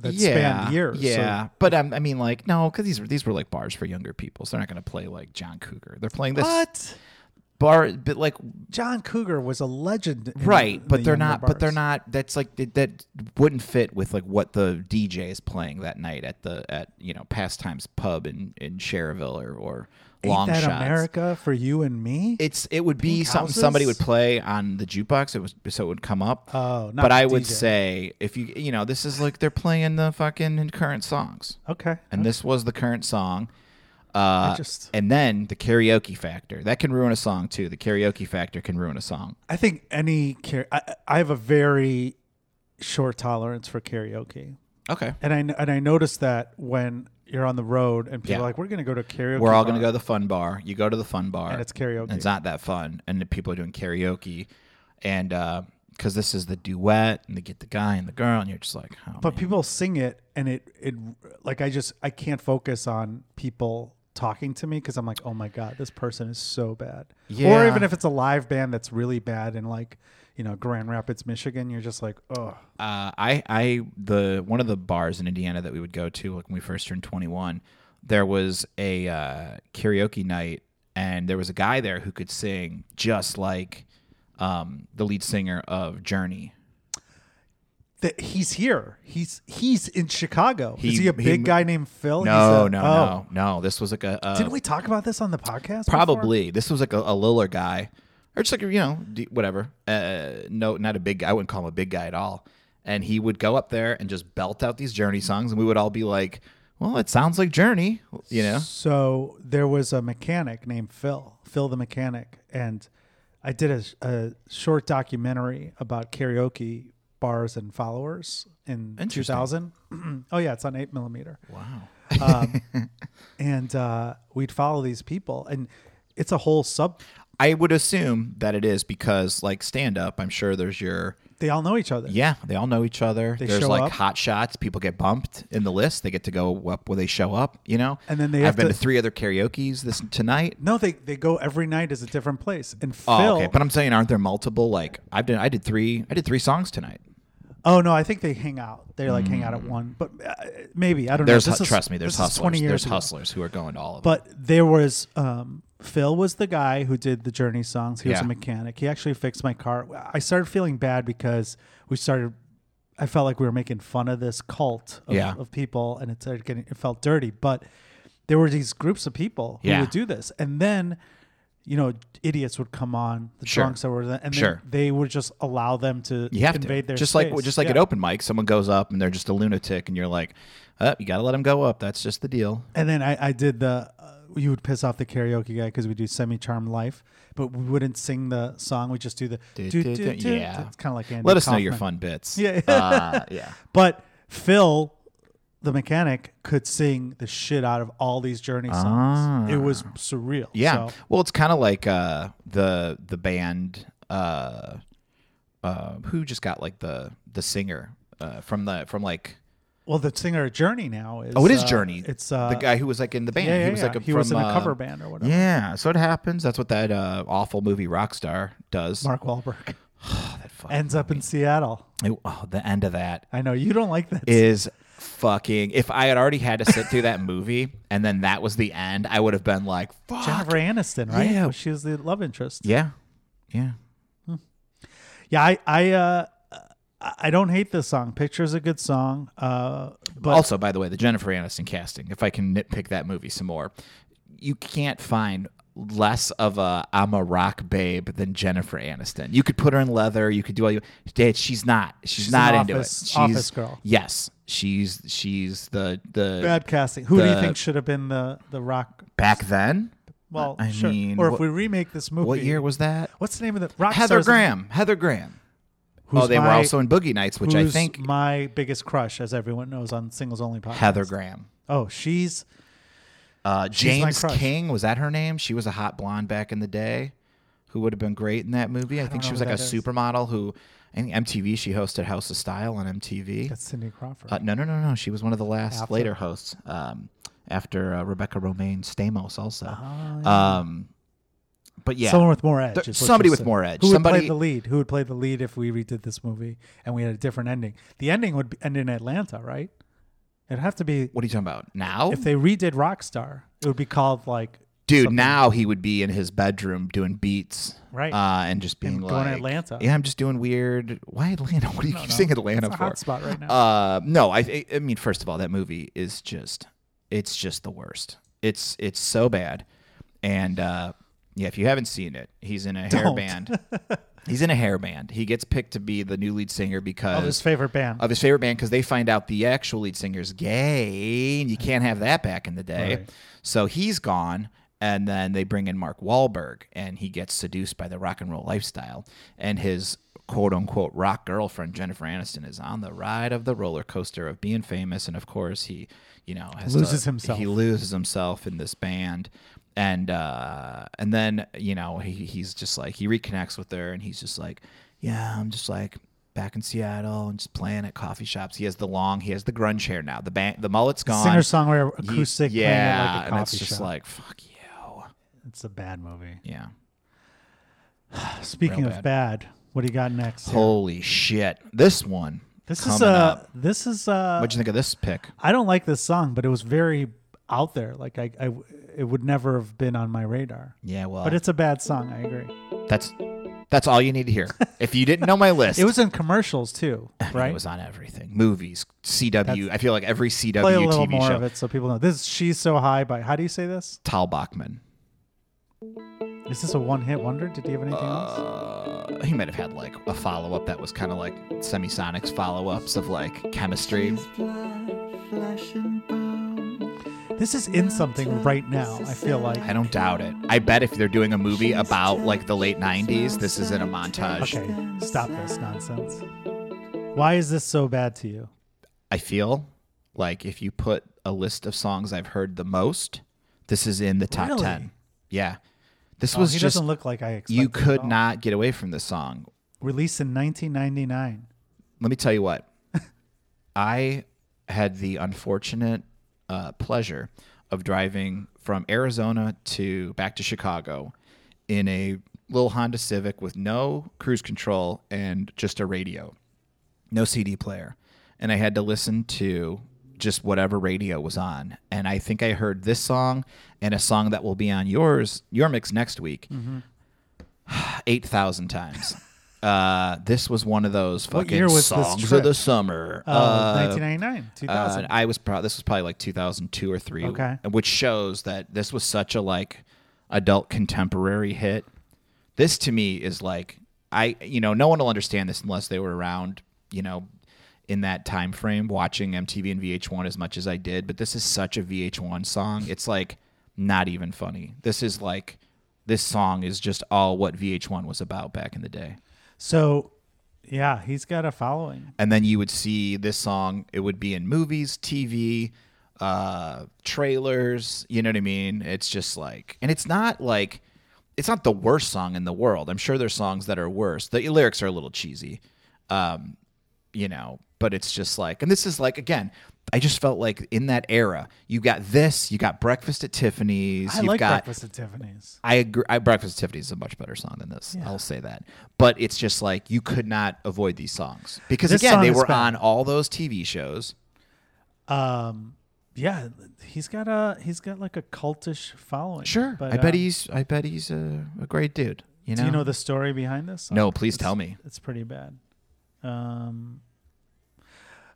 [SPEAKER 2] that spanned years. so-
[SPEAKER 1] Yeah, but um, I mean, like, no, because these were these were like bars for younger people, so they're not going to play like John Cougar. They're playing this.
[SPEAKER 2] What?
[SPEAKER 1] bar, but like
[SPEAKER 2] John Cougar was a legend, in
[SPEAKER 1] right,
[SPEAKER 2] the
[SPEAKER 1] but they're
[SPEAKER 2] younger
[SPEAKER 1] not. But they're
[SPEAKER 2] bars.
[SPEAKER 1] not. That's like that- that wouldn't fit with like what the DJ is playing that night at the at you know Pastimes Pub in in Cherville or or
[SPEAKER 2] Ain't
[SPEAKER 1] Long
[SPEAKER 2] that
[SPEAKER 1] Shots.
[SPEAKER 2] America for you and me?
[SPEAKER 1] It's it would be
[SPEAKER 2] Pink
[SPEAKER 1] something somebody would
[SPEAKER 2] houses?
[SPEAKER 1] play on the jukebox. It was so it would come up.
[SPEAKER 2] Oh, not
[SPEAKER 1] but
[SPEAKER 2] the
[SPEAKER 1] I would
[SPEAKER 2] DJ.
[SPEAKER 1] say if you you know this is like they're playing the fucking current songs,
[SPEAKER 2] okay.
[SPEAKER 1] and this was the current song. Uh,
[SPEAKER 2] just-
[SPEAKER 1] and then the karaoke factor that can ruin a song too. The karaoke factor can ruin a song.
[SPEAKER 2] I think any car- I, I have a very short tolerance for karaoke,
[SPEAKER 1] Okay,
[SPEAKER 2] and I and I noticed that when you're on the road and people
[SPEAKER 1] Yeah.
[SPEAKER 2] are like, "We're going to go to a karaoke,"
[SPEAKER 1] we're all
[SPEAKER 2] bar,"
[SPEAKER 1] gonna go to the fun bar. You go to the fun bar,
[SPEAKER 2] and it's karaoke.
[SPEAKER 1] and it's not that fun. And the people are doing karaoke, and because this is the duet, and they get the guy and the girl, and you're just like, oh,
[SPEAKER 2] but
[SPEAKER 1] man.
[SPEAKER 2] people sing it, and it it like I just I can't focus on people talking to me because I'm like, "Oh my god, this person is so bad." Or
[SPEAKER 1] Yeah.
[SPEAKER 2] even if it's a live band that's really bad and like you know Grand Rapids, Michigan, you're just like, "Oh,
[SPEAKER 1] uh, I I the one of the bars in Indiana that we would go to like when we first turned 21, there was a uh, karaoke night and there was a guy there who could sing just like um, the lead singer of Journey.
[SPEAKER 2] that he's here. He's he's in Chicago.
[SPEAKER 1] He-
[SPEAKER 2] is he a
[SPEAKER 1] he
[SPEAKER 2] big
[SPEAKER 1] mo-
[SPEAKER 2] guy named Phil?
[SPEAKER 1] No,
[SPEAKER 2] He's a-
[SPEAKER 1] no,
[SPEAKER 2] oh.
[SPEAKER 1] no, no. This was like a, a
[SPEAKER 2] Didn't we talk about this on the podcast? before?
[SPEAKER 1] probably this was like a, a littler guy or just like you know d- whatever. Uh, no, not a big guy. I wouldn't call him a big guy at all. And he would go up there and just belt out these Journey songs, and we would all be like, "Well, it sounds like Journey," you know.
[SPEAKER 2] So there was a mechanic named Phil, Phil the mechanic, and I did a, a short documentary about karaoke bars and followers in
[SPEAKER 1] Interesting.
[SPEAKER 2] 2000. <clears throat> oh yeah, it's on eight millimeter.
[SPEAKER 1] Wow.
[SPEAKER 2] and uh, we'd follow these people, and it's a whole sub.
[SPEAKER 1] I would assume that it is because like stand up, I'm sure there's your
[SPEAKER 2] They all know each other.
[SPEAKER 1] yeah, they all know each other. there's
[SPEAKER 2] show
[SPEAKER 1] like
[SPEAKER 2] up.
[SPEAKER 1] hot shots, people get bumped in the list, they get to go up where they show up, you know?
[SPEAKER 2] And then they
[SPEAKER 1] I've
[SPEAKER 2] have
[SPEAKER 1] been to,
[SPEAKER 2] to-
[SPEAKER 1] three other karaoke's this tonight.
[SPEAKER 2] No, they they go every night is a different place. And Phil,
[SPEAKER 1] Oh, okay. But I'm saying aren't there multiple like I've done I did three I did three songs tonight.
[SPEAKER 2] Oh no, I think they hang out. They like hang out at one, but uh, maybe I don't
[SPEAKER 1] Mm. There's
[SPEAKER 2] know.
[SPEAKER 1] hu- trust me, there's
[SPEAKER 2] this is
[SPEAKER 1] hustlers. There's
[SPEAKER 2] ago.
[SPEAKER 1] hustlers who are going to all of them.
[SPEAKER 2] But there was um, Phil was the guy who did the Journey songs. He was
[SPEAKER 1] Yeah.
[SPEAKER 2] a mechanic. He actually fixed my car. I started feeling bad because we started. I felt like we were making fun of this cult of,
[SPEAKER 1] Yeah.
[SPEAKER 2] of people, and it started getting it felt dirty. But there were these groups of people who
[SPEAKER 1] Yeah.
[SPEAKER 2] would do this, and then. You know, idiots would come on the
[SPEAKER 1] Sure.
[SPEAKER 2] drunks that were, and then
[SPEAKER 1] Sure.
[SPEAKER 2] they would just allow them to
[SPEAKER 1] You have
[SPEAKER 2] invade
[SPEAKER 1] to
[SPEAKER 2] their
[SPEAKER 1] just
[SPEAKER 2] space.
[SPEAKER 1] like just like
[SPEAKER 2] Yeah.
[SPEAKER 1] an open mic, someone goes up and they're just a lunatic and you're like, "Oh, you got to let them go up. That's just the deal."
[SPEAKER 2] And then I, I did the, uh, you would piss off the karaoke guy because we do semi charm life, but we wouldn't sing the song. We just do the,
[SPEAKER 1] Du-
[SPEAKER 2] do,
[SPEAKER 1] du-
[SPEAKER 2] do,
[SPEAKER 1] du-
[SPEAKER 2] do.
[SPEAKER 1] yeah.
[SPEAKER 2] It's kind of like Andy.
[SPEAKER 1] Let us know your
[SPEAKER 2] Kaufman.
[SPEAKER 1] fun bits.
[SPEAKER 2] Yeah. <laughs>
[SPEAKER 1] Uh, yeah.
[SPEAKER 2] But Phil, the mechanic, could sing the shit out of all these Journey songs. It was surreal.
[SPEAKER 1] Ah. Yeah.
[SPEAKER 2] So,
[SPEAKER 1] Well, it's kind of like uh, the the band uh, uh, who just got like the the singer uh, from the from like
[SPEAKER 2] well, the singer of Journey now is.
[SPEAKER 1] oh it is
[SPEAKER 2] uh,
[SPEAKER 1] Journey.
[SPEAKER 2] It's uh,
[SPEAKER 1] the guy who was like in the band.
[SPEAKER 2] Yeah, yeah,
[SPEAKER 1] he was
[SPEAKER 2] yeah.
[SPEAKER 1] like a,
[SPEAKER 2] he was in
[SPEAKER 1] from,
[SPEAKER 2] a
[SPEAKER 1] uh,
[SPEAKER 2] cover band or whatever.
[SPEAKER 1] Yeah, so it happens. That's what that uh, awful movie Rockstar does.
[SPEAKER 2] Mark
[SPEAKER 1] <sighs>
[SPEAKER 2] Wahlberg
[SPEAKER 1] Oh, That fucking-
[SPEAKER 2] ends up in Seattle.
[SPEAKER 1] It- oh, the end of that
[SPEAKER 2] I know you don't like that.
[SPEAKER 1] is fucking. If I had already had to sit through
[SPEAKER 2] <laughs>
[SPEAKER 1] that movie and then that was the end, I would have been like, "Fuck."
[SPEAKER 2] Jennifer Aniston, right?
[SPEAKER 1] Yeah.
[SPEAKER 2] She was the love interest.
[SPEAKER 1] Yeah, yeah.
[SPEAKER 2] Yeah, I I uh I I don't hate this song. Picture's a good song. Uh but
[SPEAKER 1] also, by the way, the Jennifer Aniston casting, if I can nitpick that movie some more, you can't find less of a I'm a rock babe than Jennifer Aniston. You could put her in leather, you could do all you Dude, she's not. She's,
[SPEAKER 2] She's
[SPEAKER 1] not
[SPEAKER 2] an
[SPEAKER 1] into
[SPEAKER 2] office-
[SPEAKER 1] it. She's
[SPEAKER 2] office girl.
[SPEAKER 1] Yes. She's she's the the
[SPEAKER 2] bad casting. Who do you
[SPEAKER 1] the-
[SPEAKER 2] think should have been the the rock
[SPEAKER 1] back then?
[SPEAKER 2] well
[SPEAKER 1] I
[SPEAKER 2] sure.
[SPEAKER 1] mean,
[SPEAKER 2] or if
[SPEAKER 1] what-
[SPEAKER 2] we remake this movie.
[SPEAKER 1] What year was that?
[SPEAKER 2] what's the name of the rock
[SPEAKER 1] Heather
[SPEAKER 2] stars-
[SPEAKER 1] Graham. Heather Graham.
[SPEAKER 2] who's
[SPEAKER 1] oh, they were
[SPEAKER 2] my-
[SPEAKER 1] also in Boogie Nights, which I
[SPEAKER 2] who's
[SPEAKER 1] think
[SPEAKER 2] my biggest crush, as everyone knows on Singles Only podcast.
[SPEAKER 1] Heather Graham.
[SPEAKER 2] Oh, she's
[SPEAKER 1] Uh,
[SPEAKER 2] my
[SPEAKER 1] James
[SPEAKER 2] crush.
[SPEAKER 1] King was that her name? She was a hot blonde back in the day, who would have been great in that movie. I, think
[SPEAKER 2] know
[SPEAKER 1] she was
[SPEAKER 2] who
[SPEAKER 1] like a
[SPEAKER 2] that is.
[SPEAKER 1] supermodel who, and MTV. She hosted House of Style on MTV.
[SPEAKER 2] that's Cindy Crawford.
[SPEAKER 1] Uh, no, no, no, no. She was one of the last
[SPEAKER 2] After.
[SPEAKER 1] later hosts. Um, after uh, Rebecca Romaine Stamos, also.
[SPEAKER 2] Oh,
[SPEAKER 1] Um, but yeah,
[SPEAKER 2] Someone with more edge.
[SPEAKER 1] Th-
[SPEAKER 2] is what
[SPEAKER 1] somebody
[SPEAKER 2] you
[SPEAKER 1] with
[SPEAKER 2] said.
[SPEAKER 1] more edge.
[SPEAKER 2] Who would
[SPEAKER 1] Somebody-
[SPEAKER 2] play the lead? Who would play the lead if we redid this movie and we had a different ending? The ending would be, end in Atlanta, right? It'd have to be
[SPEAKER 1] what are you talking about now?
[SPEAKER 2] if they redid Rockstar. It would be called like
[SPEAKER 1] Dude,
[SPEAKER 2] something.
[SPEAKER 1] now he would be in his bedroom doing beats,
[SPEAKER 2] Right.
[SPEAKER 1] Uh, and just being
[SPEAKER 2] And
[SPEAKER 1] like,
[SPEAKER 2] going to Atlanta.
[SPEAKER 1] Yeah, I'm just doing weird. Why Atlanta? <laughs> What do you keep
[SPEAKER 2] know.
[SPEAKER 1] saying Atlanta
[SPEAKER 2] It's a
[SPEAKER 1] for?
[SPEAKER 2] hot spot right now.
[SPEAKER 1] Uh, no, I, I- I mean, first of all, that movie is just, it's just the worst. It's it's so bad, and uh, yeah, if you haven't seen it, he's in a hair
[SPEAKER 2] Don't. <laughs>
[SPEAKER 1] band. he's in a hair band. He gets picked to be the new lead singer because
[SPEAKER 2] of his favorite band.
[SPEAKER 1] Uh, of his favorite band because they find out the actual lead singer's gay, and you can't have that back in the day.
[SPEAKER 2] Right.
[SPEAKER 1] So he's gone, and then they bring in Mark Wahlberg, and he gets seduced by the rock and roll lifestyle, and his quote unquote rock girlfriend Jennifer Aniston is on the ride of the roller coaster of being famous, and of course he, you know, has to-
[SPEAKER 2] Loses himself.
[SPEAKER 1] He loses himself in this band. And uh, and then you know he, he's just like he reconnects with her and he's just like yeah I'm just like back in Seattle and just playing at coffee shops. He has the long, he has the grunge hair now. The band, the mullet's gone.
[SPEAKER 2] Singer songwriter
[SPEAKER 1] Ye-
[SPEAKER 2] acoustic playing
[SPEAKER 1] yeah,
[SPEAKER 2] at like a
[SPEAKER 1] and it's
[SPEAKER 2] coffee
[SPEAKER 1] just
[SPEAKER 2] shop.
[SPEAKER 1] like fuck you.
[SPEAKER 2] it's a bad
[SPEAKER 1] <sighs>
[SPEAKER 2] movie.
[SPEAKER 1] Yeah.
[SPEAKER 2] Speaking
[SPEAKER 1] real
[SPEAKER 2] of bad, what do you got next? here?
[SPEAKER 1] Holy shit! This one.
[SPEAKER 2] this is
[SPEAKER 1] coming
[SPEAKER 2] uh
[SPEAKER 1] up.
[SPEAKER 2] this is uh
[SPEAKER 1] What'd you think of this pick?
[SPEAKER 2] I don't like this song, but it was very out there. Like I, I it would never have been on my radar.
[SPEAKER 1] Yeah, well,
[SPEAKER 2] But it's a bad song, I agree.
[SPEAKER 1] that's that's all you need to
[SPEAKER 2] <laughs>
[SPEAKER 1] hear. If you didn't know my list,
[SPEAKER 2] It was in commercials too,
[SPEAKER 1] I mean, <laughs>
[SPEAKER 2] right?
[SPEAKER 1] It was on everything, movies, CW. I feel like every CW
[SPEAKER 2] Play a little
[SPEAKER 1] TV
[SPEAKER 2] more
[SPEAKER 1] show.
[SPEAKER 2] of it so people know. This is She's So High by how do you say this?
[SPEAKER 1] Tal Bachman.
[SPEAKER 2] Is this a one hit wonder? Did he have anything else?
[SPEAKER 1] Uh, he might have had like a follow up that was kind of like Semisonic's follow ups of like chemistry.
[SPEAKER 2] This is in something right now, I feel like.
[SPEAKER 1] I don't doubt it. I bet if they're doing a movie about like the late 90s, this is in a montage.
[SPEAKER 2] Okay, stop this nonsense. Why is this so bad to you?
[SPEAKER 1] I feel like if you put a list of songs I've heard the most, this is in the top
[SPEAKER 2] Really?
[SPEAKER 1] 10. Yeah. This
[SPEAKER 2] Oh,
[SPEAKER 1] was
[SPEAKER 2] he
[SPEAKER 1] just
[SPEAKER 2] doesn't look like I expected.
[SPEAKER 1] you
[SPEAKER 2] at
[SPEAKER 1] could
[SPEAKER 2] all.
[SPEAKER 1] not get away from this song.
[SPEAKER 2] Released in 1999.
[SPEAKER 1] Let me tell you what. I had the unfortunate uh, pleasure of driving from Arizona to back to Chicago in a little Honda Civic with no cruise control and just a radio, no CD player. And I had to listen to just whatever radio was on. And I think I heard this song and a song that will be on yours, your mix next week,
[SPEAKER 2] Mm-hmm.
[SPEAKER 1] <sighs> 8,000 times. Uh, this this was one of those fucking
[SPEAKER 2] What year was this
[SPEAKER 1] songs
[SPEAKER 2] trip?
[SPEAKER 1] of the summer.
[SPEAKER 2] Oh,
[SPEAKER 1] Uh,
[SPEAKER 2] 1999,
[SPEAKER 1] uh,
[SPEAKER 2] 2000.
[SPEAKER 1] I was pro- this was probably like 2002 or 3
[SPEAKER 2] Okay.
[SPEAKER 1] which shows that this was such a like adult contemporary hit. This to me is like I you know no one will understand this unless they were around, you know, in that time frame watching MTV and VH1 as much as I did, but this is such a VH1 song. It's like not even funny. This is like this song is just all what VH1 was about back in the day.
[SPEAKER 2] so, yeah, he's got a following.
[SPEAKER 1] and then you would see this song it would be in movies tv uh trailers you know what i mean it's just like and it's not like it's not the worst song in the world i'm sure there's songs that are worse the lyrics are a little cheesy um you know but it's just like and this is like again i just felt like in that era you got this you got breakfast at tiffany's
[SPEAKER 2] I
[SPEAKER 1] you've
[SPEAKER 2] like
[SPEAKER 1] got
[SPEAKER 2] Breakfast at Tiffany's.
[SPEAKER 1] I agree. I, Breakfast at Tiffany's is a much better song than this. I'll say that. But it's just like you could not avoid these songs because
[SPEAKER 2] This
[SPEAKER 1] again,
[SPEAKER 2] song
[SPEAKER 1] they
[SPEAKER 2] is
[SPEAKER 1] were
[SPEAKER 2] bad.
[SPEAKER 1] on all those TV shows.
[SPEAKER 2] Um, yeah, he's got a he's got like a cultish following.
[SPEAKER 1] Sure,
[SPEAKER 2] but,
[SPEAKER 1] I bet
[SPEAKER 2] um,
[SPEAKER 1] he's. I bet he's a, a great dude. You know.
[SPEAKER 2] Do you know the story behind this? song?
[SPEAKER 1] No, please
[SPEAKER 2] It's-
[SPEAKER 1] tell me.
[SPEAKER 2] It's pretty bad. Um,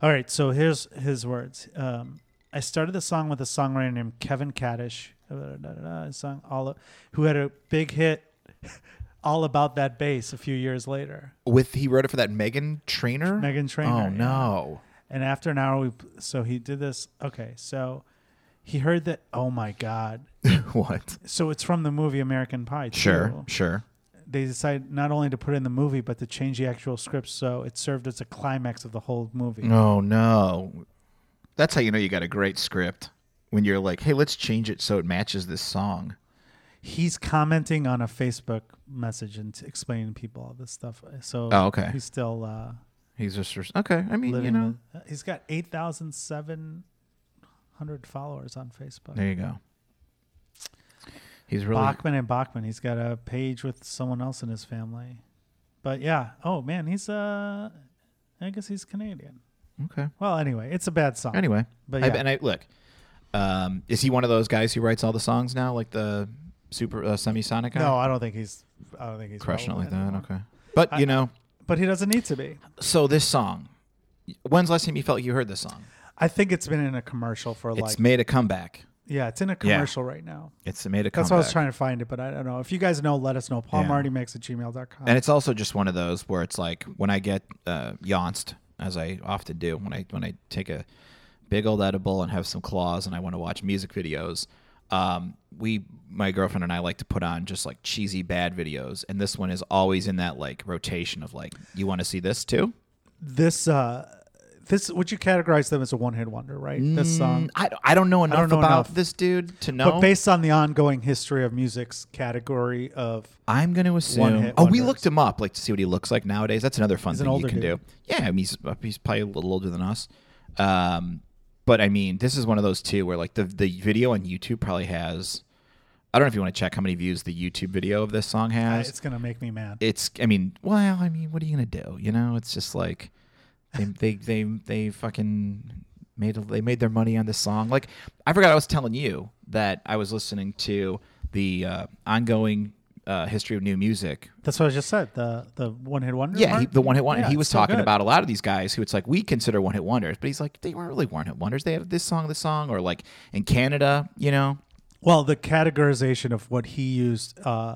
[SPEAKER 2] all right, so here's his words. Um, I started the song with a songwriter named Kevin Kaddish, uh, da, da, da, da, his song all A- who had a big hit, <laughs> all about that bass, a few years later.
[SPEAKER 1] With he wrote it for that Megan Trainer.
[SPEAKER 2] Meghan Trainor,
[SPEAKER 1] Oh
[SPEAKER 2] yeah.
[SPEAKER 1] no. <laughs>
[SPEAKER 2] And after an hour, we so he did this. Okay, so he heard that. Oh my God!
[SPEAKER 1] what?
[SPEAKER 2] So it's from the movie American Pie. too.
[SPEAKER 1] Sure. Sure.
[SPEAKER 2] they decided not only to put it in the movie but to change the actual script so it served as a climax of the whole movie.
[SPEAKER 1] Oh no. That's how you know you got a great script when you're like, hey, let's change it so it matches this song.
[SPEAKER 2] He's commenting on a Facebook message and t- explaining to people all this stuff. Uh, So
[SPEAKER 1] Oh, okay.
[SPEAKER 2] he's still uh,
[SPEAKER 1] He's just okay. I mean,
[SPEAKER 2] living.
[SPEAKER 1] you know.
[SPEAKER 2] with- uh, he's got eight thousand seven hundred followers on Facebook.
[SPEAKER 1] There you go. He's really
[SPEAKER 2] Bachman and Bachman. He's got a page with someone else in his family. But yeah, oh man, he's uh, I guess he's Canadian.
[SPEAKER 1] okay.
[SPEAKER 2] Well, anyway, it's a bad song.
[SPEAKER 1] Anyway,
[SPEAKER 2] But
[SPEAKER 1] I,
[SPEAKER 2] yeah.
[SPEAKER 1] and I look. Um, is he one of those guys who writes all the songs now, like the super uh, semisonic guy?
[SPEAKER 2] No, I don't think he's. I don't think he's
[SPEAKER 1] crushing it like that.
[SPEAKER 2] relevant
[SPEAKER 1] Okay, but you know,
[SPEAKER 2] But he doesn't need to be.
[SPEAKER 1] so this song. When's the last time you felt like you heard this song?
[SPEAKER 2] I think it's been in a commercial for like.
[SPEAKER 1] it's made a comeback.
[SPEAKER 2] yeah, it's in a commercial right now.
[SPEAKER 1] It's made a comeback.
[SPEAKER 2] That's why I was trying to find it, but I don't know. If you guys know, let us know. Paul
[SPEAKER 1] Yeah.
[SPEAKER 2] Marty makes at gmail.com.
[SPEAKER 1] And it's also just one of those where it's like when I get uh, yaunced, as I often do, when I when I take a big old edible and have some claws, and I want to watch music videos. Um, we, my girlfriend and I, like to put on just like cheesy bad videos, and this one is always in that like rotation of like, you want to see this too?
[SPEAKER 2] this, uh, this would you categorize them as a one hit wonder, right?
[SPEAKER 1] Mm,
[SPEAKER 2] this song.
[SPEAKER 1] I, I don't know enough
[SPEAKER 2] know
[SPEAKER 1] about
[SPEAKER 2] enough.
[SPEAKER 1] this dude to know.
[SPEAKER 2] But based on the ongoing history of music's category of
[SPEAKER 1] I'm going to assume.
[SPEAKER 2] One-hit
[SPEAKER 1] Oh, we
[SPEAKER 2] wonders.
[SPEAKER 1] looked him up, like to see what he looks like nowadays. That's another fun
[SPEAKER 2] He's an
[SPEAKER 1] thing you
[SPEAKER 2] older
[SPEAKER 1] can
[SPEAKER 2] dude.
[SPEAKER 1] do. Yeah, I mean, he's, uh, he's probably a little older than us. Um, but I mean, this is one of those too where like the the video on YouTube probably has. I don't know if you want to check how many views the YouTube video of this song
[SPEAKER 2] uh,
[SPEAKER 1] has.
[SPEAKER 2] it's gonna make me mad.
[SPEAKER 1] it's, I mean, well, I mean, what are you gonna do? You know, it's just like
[SPEAKER 2] <laughs>
[SPEAKER 1] they they they, they fucking made they made their money on this song. Like I forgot I was telling you that I was listening to the uh, ongoing uh, history of new music
[SPEAKER 2] That's what I just said. The the one hit wonder.
[SPEAKER 1] yeah,
[SPEAKER 2] part?
[SPEAKER 1] he, the one hit one.
[SPEAKER 2] Yeah,
[SPEAKER 1] and he
[SPEAKER 2] it's
[SPEAKER 1] was
[SPEAKER 2] so
[SPEAKER 1] talking
[SPEAKER 2] good.
[SPEAKER 1] about a lot of these guys who it's like we consider one hit wonders, but he's like they weren't really one hit wonders. They had this song, this song, or like in Canada, you know.
[SPEAKER 2] Well, the categorization of what he used uh,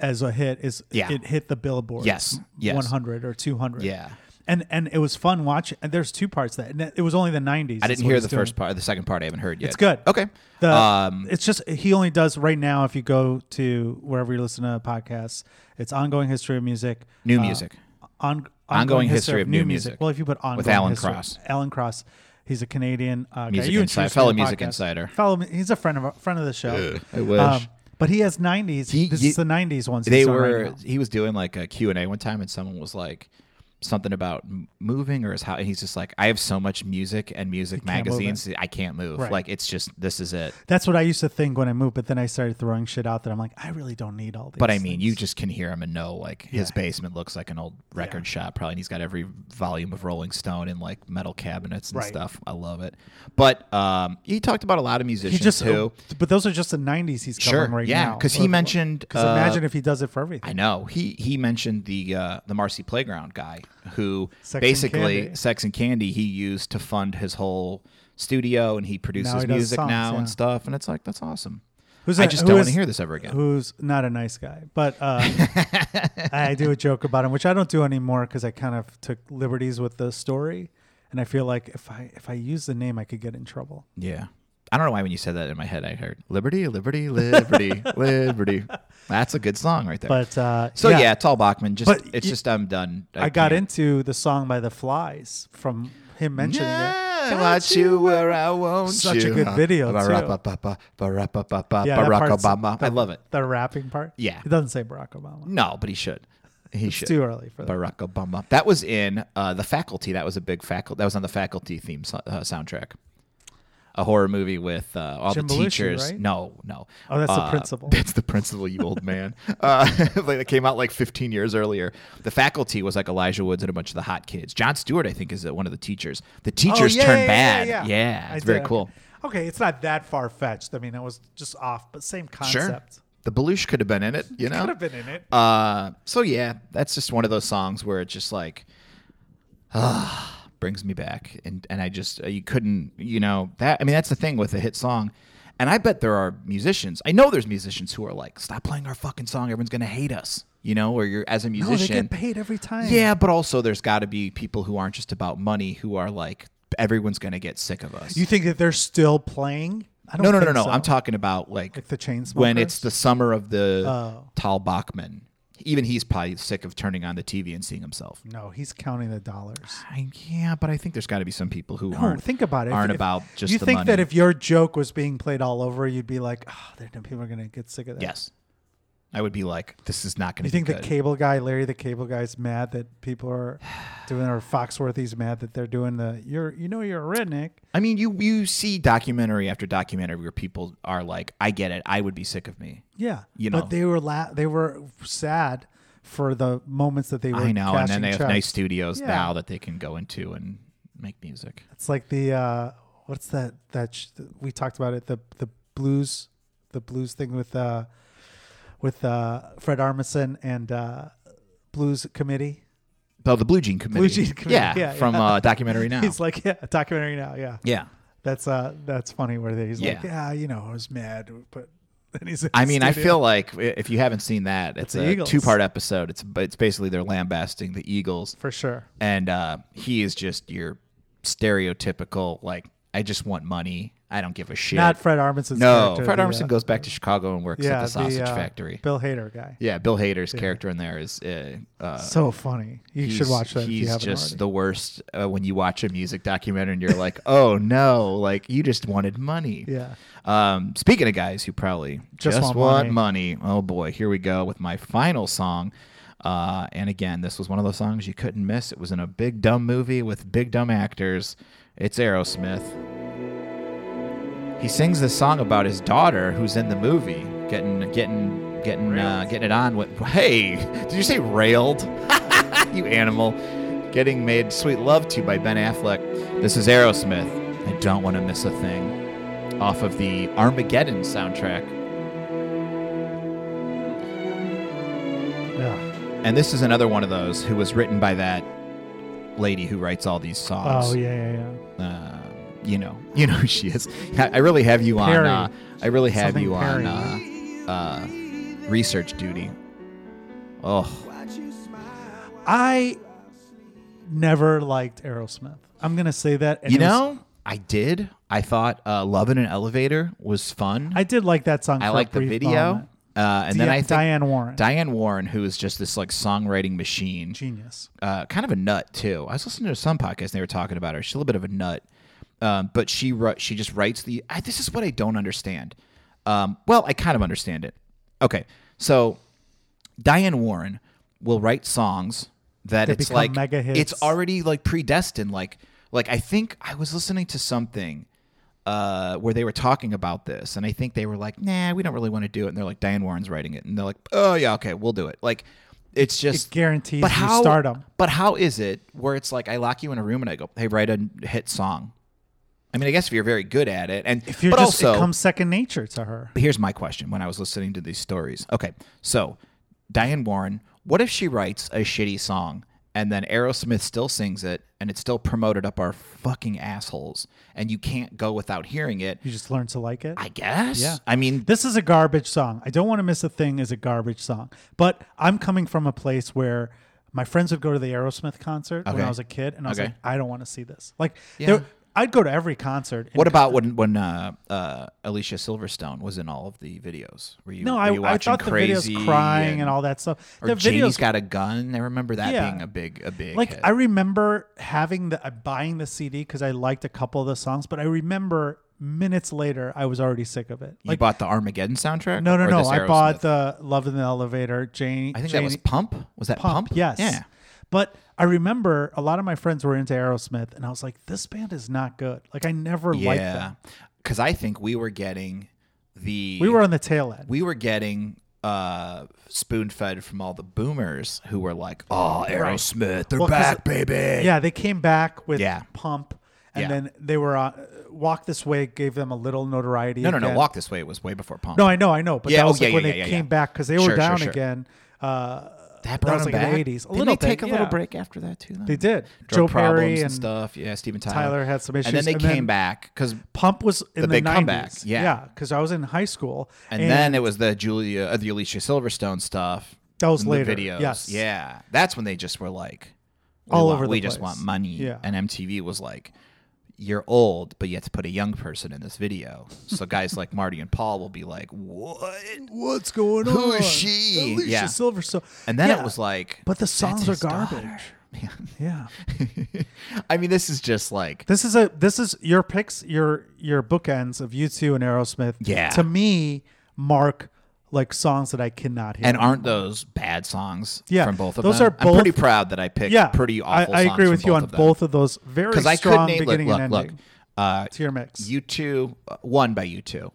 [SPEAKER 2] as a hit is
[SPEAKER 1] Yeah.
[SPEAKER 2] it hit the Billboard.
[SPEAKER 1] Yes, yes.
[SPEAKER 2] 100 or 200.
[SPEAKER 1] Yeah.
[SPEAKER 2] And and it was fun watching. And there's two parts that. And it was only the 90s.
[SPEAKER 1] I
[SPEAKER 2] is
[SPEAKER 1] didn't
[SPEAKER 2] what
[SPEAKER 1] hear
[SPEAKER 2] he's
[SPEAKER 1] the
[SPEAKER 2] doing.
[SPEAKER 1] first part. The second part I haven't heard yet.
[SPEAKER 2] It's good.
[SPEAKER 1] Okay.
[SPEAKER 2] The,
[SPEAKER 1] um,
[SPEAKER 2] it's just he only does right now. If you go to wherever you listen to podcasts, it's ongoing history of music.
[SPEAKER 1] New
[SPEAKER 2] uh,
[SPEAKER 1] music.
[SPEAKER 2] on, ongoing,
[SPEAKER 1] Ongoing History of New Music.
[SPEAKER 2] Well, if you put ongoing
[SPEAKER 1] Alan
[SPEAKER 2] history-
[SPEAKER 1] Cross.
[SPEAKER 2] Alan Cross, he's a Canadian uh, guy.
[SPEAKER 1] Music
[SPEAKER 2] You
[SPEAKER 1] insi-
[SPEAKER 2] introduced
[SPEAKER 1] fellow
[SPEAKER 2] me to the
[SPEAKER 1] music
[SPEAKER 2] podcast.
[SPEAKER 1] insider.
[SPEAKER 2] Fellow, he's a friend of our- friend of the show. Um,
[SPEAKER 1] I wish.
[SPEAKER 2] but he has '90s.
[SPEAKER 1] He-
[SPEAKER 2] this
[SPEAKER 1] he-
[SPEAKER 2] is the '90s ones.
[SPEAKER 1] they
[SPEAKER 2] he's on right
[SPEAKER 1] were.
[SPEAKER 2] now.
[SPEAKER 1] he was doing like a Q and A one time, and someone was like something about m- moving or his how. And he's just like, I have so much music and music
[SPEAKER 2] can't move it.
[SPEAKER 1] magazines, I can't move.
[SPEAKER 2] Right.
[SPEAKER 1] Like it's just this is it.
[SPEAKER 2] That's what I used to think when I moved, but then I started throwing shit out that I'm like, I really don't need all these.
[SPEAKER 1] But I mean, you
[SPEAKER 2] things.
[SPEAKER 1] just can hear him and know like his basement looks like an old record shop, probably. And he's got every volume of Rolling Stone in like metal cabinets and
[SPEAKER 2] Right.
[SPEAKER 1] stuff. I love it. But um, he talked about a lot of
[SPEAKER 2] he
[SPEAKER 1] musicians
[SPEAKER 2] just
[SPEAKER 1] who,
[SPEAKER 2] but those are just the '90s he's
[SPEAKER 1] sure,
[SPEAKER 2] covering right
[SPEAKER 1] yeah,
[SPEAKER 2] now.
[SPEAKER 1] because he
[SPEAKER 2] Or-
[SPEAKER 1] mentioned.
[SPEAKER 2] 'cause
[SPEAKER 1] uh,
[SPEAKER 2] imagine if he does it for everything.
[SPEAKER 1] I know he he mentioned the uh, the Marcy Playground guy who
[SPEAKER 2] Sex and
[SPEAKER 1] basically
[SPEAKER 2] Candy.
[SPEAKER 1] Sex and Candy he used to fund his whole studio and he produces
[SPEAKER 2] Now he does
[SPEAKER 1] music
[SPEAKER 2] songs,
[SPEAKER 1] now
[SPEAKER 2] yeah.
[SPEAKER 1] and stuff and it's like that's awesome.
[SPEAKER 2] Who's
[SPEAKER 1] I
[SPEAKER 2] a-
[SPEAKER 1] just
[SPEAKER 2] who
[SPEAKER 1] don't want
[SPEAKER 2] is-
[SPEAKER 1] to hear this ever again.
[SPEAKER 2] Who's not a nice guy, but uh,
[SPEAKER 1] <laughs>
[SPEAKER 2] I do a joke about him, which I don't do anymore because I kind of took liberties with the story, and I feel like if I if I use the name, I could get in trouble.
[SPEAKER 1] Yeah. I don't know why when you said that in my head, I heard Liberty, Liberty,
[SPEAKER 2] <laughs>
[SPEAKER 1] Liberty, Liberty. That's a good song right there.
[SPEAKER 2] But uh,
[SPEAKER 1] so yeah, it's all Bachman. Just
[SPEAKER 2] But
[SPEAKER 1] it's
[SPEAKER 2] you-
[SPEAKER 1] just I'm done.
[SPEAKER 2] I, got
[SPEAKER 1] can't-
[SPEAKER 2] into the song by the Flies from him mentioning
[SPEAKER 1] Yeah,
[SPEAKER 2] it.
[SPEAKER 1] got you where I won't
[SPEAKER 2] Such a
[SPEAKER 1] you.
[SPEAKER 2] good video, too.
[SPEAKER 1] Ba-ra-ba-ba-ba, ba-ra-ba-ba-ba,
[SPEAKER 2] Yeah, that
[SPEAKER 1] Barack
[SPEAKER 2] part's-
[SPEAKER 1] Obama. I
[SPEAKER 2] the-
[SPEAKER 1] love it.
[SPEAKER 2] The rapping part.
[SPEAKER 1] Yeah.
[SPEAKER 2] it doesn't say Barack Obama.
[SPEAKER 1] No, but he should. He
[SPEAKER 2] It's
[SPEAKER 1] should.
[SPEAKER 2] too early for that.
[SPEAKER 1] Barack Obama. That was in uh, the faculty. That was a big faculty. That was on the faculty theme so- uh, soundtrack. A horror movie with uh, all
[SPEAKER 2] Jim
[SPEAKER 1] the
[SPEAKER 2] Belushi,
[SPEAKER 1] teachers.
[SPEAKER 2] right?
[SPEAKER 1] No, no.
[SPEAKER 2] Oh, that's the
[SPEAKER 1] Uh,
[SPEAKER 2] principal.
[SPEAKER 1] That's the principal, you old
[SPEAKER 2] <laughs>
[SPEAKER 1] man. Uh, <laughs> like that came out like 15 years earlier. The faculty was like Elijah Woods and a bunch of the hot kids. John Stewart, I think, is uh, one of the teachers. The teachers
[SPEAKER 2] Oh, yeah,
[SPEAKER 1] turn
[SPEAKER 2] yeah,
[SPEAKER 1] bad.
[SPEAKER 2] Yeah, yeah. I
[SPEAKER 1] it's
[SPEAKER 2] did,
[SPEAKER 1] very
[SPEAKER 2] okay.
[SPEAKER 1] cool.
[SPEAKER 2] Okay, it's not that far fetched. I mean, it was just off, but same concept.
[SPEAKER 1] Sure. The Belushi could have been in it. You know,
[SPEAKER 2] Could have been in it.
[SPEAKER 1] Uh, so yeah, that's just one of those songs where it just like, <sighs> ah, brings me back, and and I just uh, you couldn't, you know that. I mean, that's the thing with a hit song, and I bet there are musicians. I know there's musicians who are like, stop playing our fucking song, everyone's gonna hate us, you know, or you're as a
[SPEAKER 2] No, they
[SPEAKER 1] musician.
[SPEAKER 2] get paid every time.
[SPEAKER 1] Yeah, but also there's got to be people who aren't just about money who are like, everyone's gonna get sick of us.
[SPEAKER 2] You think that they're still playing? I don't
[SPEAKER 1] no, no, no,
[SPEAKER 2] think
[SPEAKER 1] no.
[SPEAKER 2] so.
[SPEAKER 1] I'm talking about like,
[SPEAKER 2] Like the Chainsmokers?
[SPEAKER 1] when it's the summer of the
[SPEAKER 2] Oh.
[SPEAKER 1] Tal Bachman. Even he's probably sick of turning on the TV and seeing himself.
[SPEAKER 2] No, he's counting the dollars.
[SPEAKER 1] I, yeah, but I think there's got to be some people who
[SPEAKER 2] No,
[SPEAKER 1] aren't
[SPEAKER 2] think about it. If-
[SPEAKER 1] aren't
[SPEAKER 2] if-
[SPEAKER 1] about just
[SPEAKER 2] you
[SPEAKER 1] the
[SPEAKER 2] think
[SPEAKER 1] money.
[SPEAKER 2] that if your joke was being played all over, you'd be like, oh, they're- people are gonna get sick of that.
[SPEAKER 1] yes, I would be like, this is not going
[SPEAKER 2] You
[SPEAKER 1] to.
[SPEAKER 2] think
[SPEAKER 1] be
[SPEAKER 2] the
[SPEAKER 1] good.
[SPEAKER 2] cable guy, Larry the cable guy, is mad that people
[SPEAKER 1] <sighs>
[SPEAKER 2] are doing, or Foxworthy's mad that they're doing the you're you know you're a redneck.
[SPEAKER 1] I mean, you you see documentary after documentary where people are like, I get it. I would be sick of me.
[SPEAKER 2] Yeah,
[SPEAKER 1] You know.
[SPEAKER 2] but they were la- they were sad for the moments that they were.
[SPEAKER 1] I know, and then
[SPEAKER 2] cashing
[SPEAKER 1] they have
[SPEAKER 2] checks.
[SPEAKER 1] nice studios
[SPEAKER 2] Yeah.
[SPEAKER 1] now that they can go into and make music.
[SPEAKER 2] It's like the uh, what's that that sh- we talked about it the the blues the blues thing with uh, with uh, Fred Armisen and uh, Blues Committee.
[SPEAKER 1] Oh, the Blue Jean Committee.
[SPEAKER 2] Blue Jean Committee,
[SPEAKER 1] Yeah,
[SPEAKER 2] yeah,
[SPEAKER 1] from
[SPEAKER 2] yeah.
[SPEAKER 1] Uh,
[SPEAKER 2] <laughs>
[SPEAKER 1] documentary now.
[SPEAKER 2] He's like, yeah, a documentary now, yeah.
[SPEAKER 1] yeah.
[SPEAKER 2] That's uh, that's funny where he's like,
[SPEAKER 1] Yeah.
[SPEAKER 2] yeah, you know, I was mad, but <laughs> then he's. in
[SPEAKER 1] I
[SPEAKER 2] the
[SPEAKER 1] mean, I
[SPEAKER 2] studio.
[SPEAKER 1] feel like i- if you haven't seen that, it's
[SPEAKER 2] the
[SPEAKER 1] a
[SPEAKER 2] Eagles.
[SPEAKER 1] two part episode. It's it's basically they're lambasting the Eagles,
[SPEAKER 2] for sure.
[SPEAKER 1] and uh, he is just your stereotypical like I just want money. I don't give a shit.
[SPEAKER 2] Not Fred Armisen's
[SPEAKER 1] no,
[SPEAKER 2] character,
[SPEAKER 1] Fred
[SPEAKER 2] the,
[SPEAKER 1] Armisen
[SPEAKER 2] uh,
[SPEAKER 1] goes back to Chicago and works at the sausage
[SPEAKER 2] uh,
[SPEAKER 1] factory.
[SPEAKER 2] Bill Hader guy.
[SPEAKER 1] yeah, Bill Hader's character in there is uh, uh,
[SPEAKER 2] So funny. You should
[SPEAKER 1] he's-
[SPEAKER 2] watch that if you
[SPEAKER 1] He's
[SPEAKER 2] haven't
[SPEAKER 1] just
[SPEAKER 2] already.
[SPEAKER 1] the worst uh, when you watch a music documentary and you're like, <laughs> oh no, like you just wanted money.
[SPEAKER 2] Yeah.
[SPEAKER 1] Um, speaking of guys who probably
[SPEAKER 2] Just
[SPEAKER 1] just,
[SPEAKER 2] want
[SPEAKER 1] want, money. Oh boy, here we go with my final song. Uh, and again, this was one of those songs you couldn't miss. It was in a big dumb movie with big dumb actors. It's Aerosmith. He sings this song about his daughter who's in the movie getting getting getting uh, getting it on with. Hey, did you say railed? <laughs> you animal. Getting made sweet love to by Ben Affleck. This is Aerosmith. I don't want to miss a thing off of the Armageddon soundtrack.
[SPEAKER 2] Yeah.
[SPEAKER 1] And this is another one of those who was written by that lady who writes all these songs.
[SPEAKER 2] Oh yeah, yeah, yeah.
[SPEAKER 1] Uh, you know, <laughs> you know who she is. I I really have you on.
[SPEAKER 2] Perry.
[SPEAKER 1] Uh, I really have
[SPEAKER 2] Something
[SPEAKER 1] you
[SPEAKER 2] Perry,
[SPEAKER 1] on uh, uh, research duty. Oh,
[SPEAKER 2] I never liked Aerosmith. I'm gonna say that. and
[SPEAKER 1] you
[SPEAKER 2] it was-
[SPEAKER 1] know, I did. I thought uh, "Love in an Elevator" was fun.
[SPEAKER 2] I did like that song.
[SPEAKER 1] I
[SPEAKER 2] for a
[SPEAKER 1] like the
[SPEAKER 2] brief
[SPEAKER 1] video.
[SPEAKER 2] moment.
[SPEAKER 1] Uh, and
[SPEAKER 2] Di-
[SPEAKER 1] then I think
[SPEAKER 2] Diane Warren,
[SPEAKER 1] Diane Warren, who is just this like songwriting machine,
[SPEAKER 2] genius.
[SPEAKER 1] uh, kind of a nut too. I was listening to some podcast and they were talking about her. She's a little bit of a nut, um, but she wr- she just writes the. I, this is what I don't understand. Um, well, I kind of understand it. Okay, so Diane Warren will write songs that
[SPEAKER 2] That
[SPEAKER 1] it's
[SPEAKER 2] become
[SPEAKER 1] like
[SPEAKER 2] mega hits.
[SPEAKER 1] it's already like predestined. Like like I think I was listening to something uh, where they were talking about this, and I think they were like, "Nah, we don't really want to do it." And they're like, "Diane Warren's writing it," and they're like, "Oh yeah, okay, we'll do it." Like it's just
[SPEAKER 2] guarantees you stardom.
[SPEAKER 1] But how is it where it's like I lock you in a room and I go, "Hey, write a hit song." I mean, I guess if you're very good at it, and
[SPEAKER 2] If you're
[SPEAKER 1] but
[SPEAKER 2] just,
[SPEAKER 1] also
[SPEAKER 2] it comes second nature to her.
[SPEAKER 1] but here's my question when I was listening to these stories. Okay, so Diane Warren, what if she writes a shitty song and then Aerosmith still sings it and it's still promoted up our fucking assholes and you can't go without hearing it?
[SPEAKER 2] You just learn to like it.
[SPEAKER 1] I guess.
[SPEAKER 2] Yeah.
[SPEAKER 1] I mean,
[SPEAKER 2] This is a garbage song. I don't want to miss a thing is a garbage song. But I'm coming from a place where my friends would go to the Aerosmith concert when
[SPEAKER 1] Okay.
[SPEAKER 2] I was a kid and I was
[SPEAKER 1] Okay.
[SPEAKER 2] like, I don't want to see this. Like
[SPEAKER 1] Yeah.
[SPEAKER 2] there, I'd go to every concert. and-
[SPEAKER 1] what about when when uh, uh, Alicia Silverstone was in all of the videos? Were you
[SPEAKER 2] No,
[SPEAKER 1] were
[SPEAKER 2] I,
[SPEAKER 1] you
[SPEAKER 2] I
[SPEAKER 1] watching
[SPEAKER 2] thought the
[SPEAKER 1] crazy
[SPEAKER 2] videos crying and, all that stuff.
[SPEAKER 1] Or
[SPEAKER 2] the
[SPEAKER 1] Janie's
[SPEAKER 2] videos
[SPEAKER 1] got a gun. I remember that
[SPEAKER 2] Yeah.
[SPEAKER 1] being a big a big
[SPEAKER 2] like
[SPEAKER 1] hit.
[SPEAKER 2] I remember having the uh, buying the CD because I liked a couple of the songs, but I remember minutes later I was already sick of it.
[SPEAKER 1] you
[SPEAKER 2] Like
[SPEAKER 1] bought the Armageddon soundtrack?
[SPEAKER 2] no, no,
[SPEAKER 1] Or
[SPEAKER 2] no.
[SPEAKER 1] this
[SPEAKER 2] I bought
[SPEAKER 1] Aerosmith?
[SPEAKER 2] the Love in the Elevator. Jane.
[SPEAKER 1] I think that was Pump. Was that Pump?
[SPEAKER 2] Yes.
[SPEAKER 1] Yeah.
[SPEAKER 2] But I remember a lot of my friends were into Aerosmith, and I was like, this band is not good. Like, I never liked
[SPEAKER 1] Yeah,
[SPEAKER 2] them.
[SPEAKER 1] because I think we were getting the
[SPEAKER 2] We were on the tail end.
[SPEAKER 1] we were getting uh, spoon fed from all the boomers who were like, "Oh, Aerosmith, they're
[SPEAKER 2] Well, 'cause-
[SPEAKER 1] back, baby."
[SPEAKER 2] yeah, they came back with
[SPEAKER 1] Yeah.
[SPEAKER 2] Pump, and
[SPEAKER 1] Yeah.
[SPEAKER 2] then they were on Walk This Way, gave them a little notoriety.
[SPEAKER 1] No, no, no.
[SPEAKER 2] again.
[SPEAKER 1] Walk this way. It was way before Pump.
[SPEAKER 2] No, I know, I know. But
[SPEAKER 1] Yeah,
[SPEAKER 2] that
[SPEAKER 1] oh,
[SPEAKER 2] was like
[SPEAKER 1] yeah,
[SPEAKER 2] when
[SPEAKER 1] yeah,
[SPEAKER 2] they
[SPEAKER 1] yeah, yeah.
[SPEAKER 2] came back because they were
[SPEAKER 1] Sure, sure,
[SPEAKER 2] down
[SPEAKER 1] sure.
[SPEAKER 2] again. Uh,
[SPEAKER 1] that brought
[SPEAKER 2] was
[SPEAKER 1] them
[SPEAKER 2] like in the
[SPEAKER 1] back.
[SPEAKER 2] 80s. A
[SPEAKER 1] Didn't
[SPEAKER 2] little
[SPEAKER 1] they take
[SPEAKER 2] bit,
[SPEAKER 1] a little
[SPEAKER 2] yeah.
[SPEAKER 1] break after that too? Though?
[SPEAKER 2] they did.
[SPEAKER 1] Drug
[SPEAKER 2] Joe
[SPEAKER 1] problems
[SPEAKER 2] Perry
[SPEAKER 1] and,
[SPEAKER 2] and
[SPEAKER 1] stuff. Yeah, Steven Tyler.
[SPEAKER 2] Tyler had some
[SPEAKER 1] and then
[SPEAKER 2] issues,
[SPEAKER 1] they
[SPEAKER 2] and
[SPEAKER 1] came
[SPEAKER 2] then-
[SPEAKER 1] back because.
[SPEAKER 2] Pump was in
[SPEAKER 1] The
[SPEAKER 2] the,
[SPEAKER 1] big
[SPEAKER 2] 90s.
[SPEAKER 1] comeback, yeah.
[SPEAKER 2] yeah, because I was in high school,
[SPEAKER 1] And, then it was the Julia, uh, the Alicia Silverstone stuff.
[SPEAKER 2] That was
[SPEAKER 1] and
[SPEAKER 2] later,
[SPEAKER 1] The videos.
[SPEAKER 2] yes.
[SPEAKER 1] Yeah, that's when they just were like, we
[SPEAKER 2] All
[SPEAKER 1] want-
[SPEAKER 2] over the
[SPEAKER 1] We just
[SPEAKER 2] place.
[SPEAKER 1] want money.
[SPEAKER 2] Yeah.
[SPEAKER 1] And MTV was like, you're old, but you have to put a young person in this video. So guys
[SPEAKER 2] <laughs>
[SPEAKER 1] like Marty and Paul will be like, what?
[SPEAKER 2] what's going on?
[SPEAKER 1] Who is she?
[SPEAKER 2] Alicia
[SPEAKER 1] Yeah.
[SPEAKER 2] Silverstone.
[SPEAKER 1] And then
[SPEAKER 2] Yeah.
[SPEAKER 1] it was like,
[SPEAKER 2] But the
[SPEAKER 1] "That's
[SPEAKER 2] songs are
[SPEAKER 1] his daughter."
[SPEAKER 2] garbage.
[SPEAKER 1] <laughs> Man.
[SPEAKER 2] Yeah.
[SPEAKER 1] I mean, this is just like
[SPEAKER 2] This is a this is your picks, your your bookends of U two and Aerosmith.
[SPEAKER 1] Yeah.
[SPEAKER 2] To me, mark like songs that I cannot hear.
[SPEAKER 1] And aren't those bad songs
[SPEAKER 2] Yeah,
[SPEAKER 1] from both of
[SPEAKER 2] those
[SPEAKER 1] them?
[SPEAKER 2] are
[SPEAKER 1] I'm pretty
[SPEAKER 2] both-
[SPEAKER 1] proud that I picked
[SPEAKER 2] yeah,
[SPEAKER 1] pretty
[SPEAKER 2] I,
[SPEAKER 1] awful
[SPEAKER 2] I
[SPEAKER 1] songs
[SPEAKER 2] agree
[SPEAKER 1] from
[SPEAKER 2] with you on
[SPEAKER 1] of them.
[SPEAKER 2] both of those very
[SPEAKER 1] I
[SPEAKER 2] strong
[SPEAKER 1] could name look
[SPEAKER 2] beginning
[SPEAKER 1] look
[SPEAKER 2] and
[SPEAKER 1] look
[SPEAKER 2] ending
[SPEAKER 1] uh,
[SPEAKER 2] to your mix.
[SPEAKER 1] U two uh, one by U two,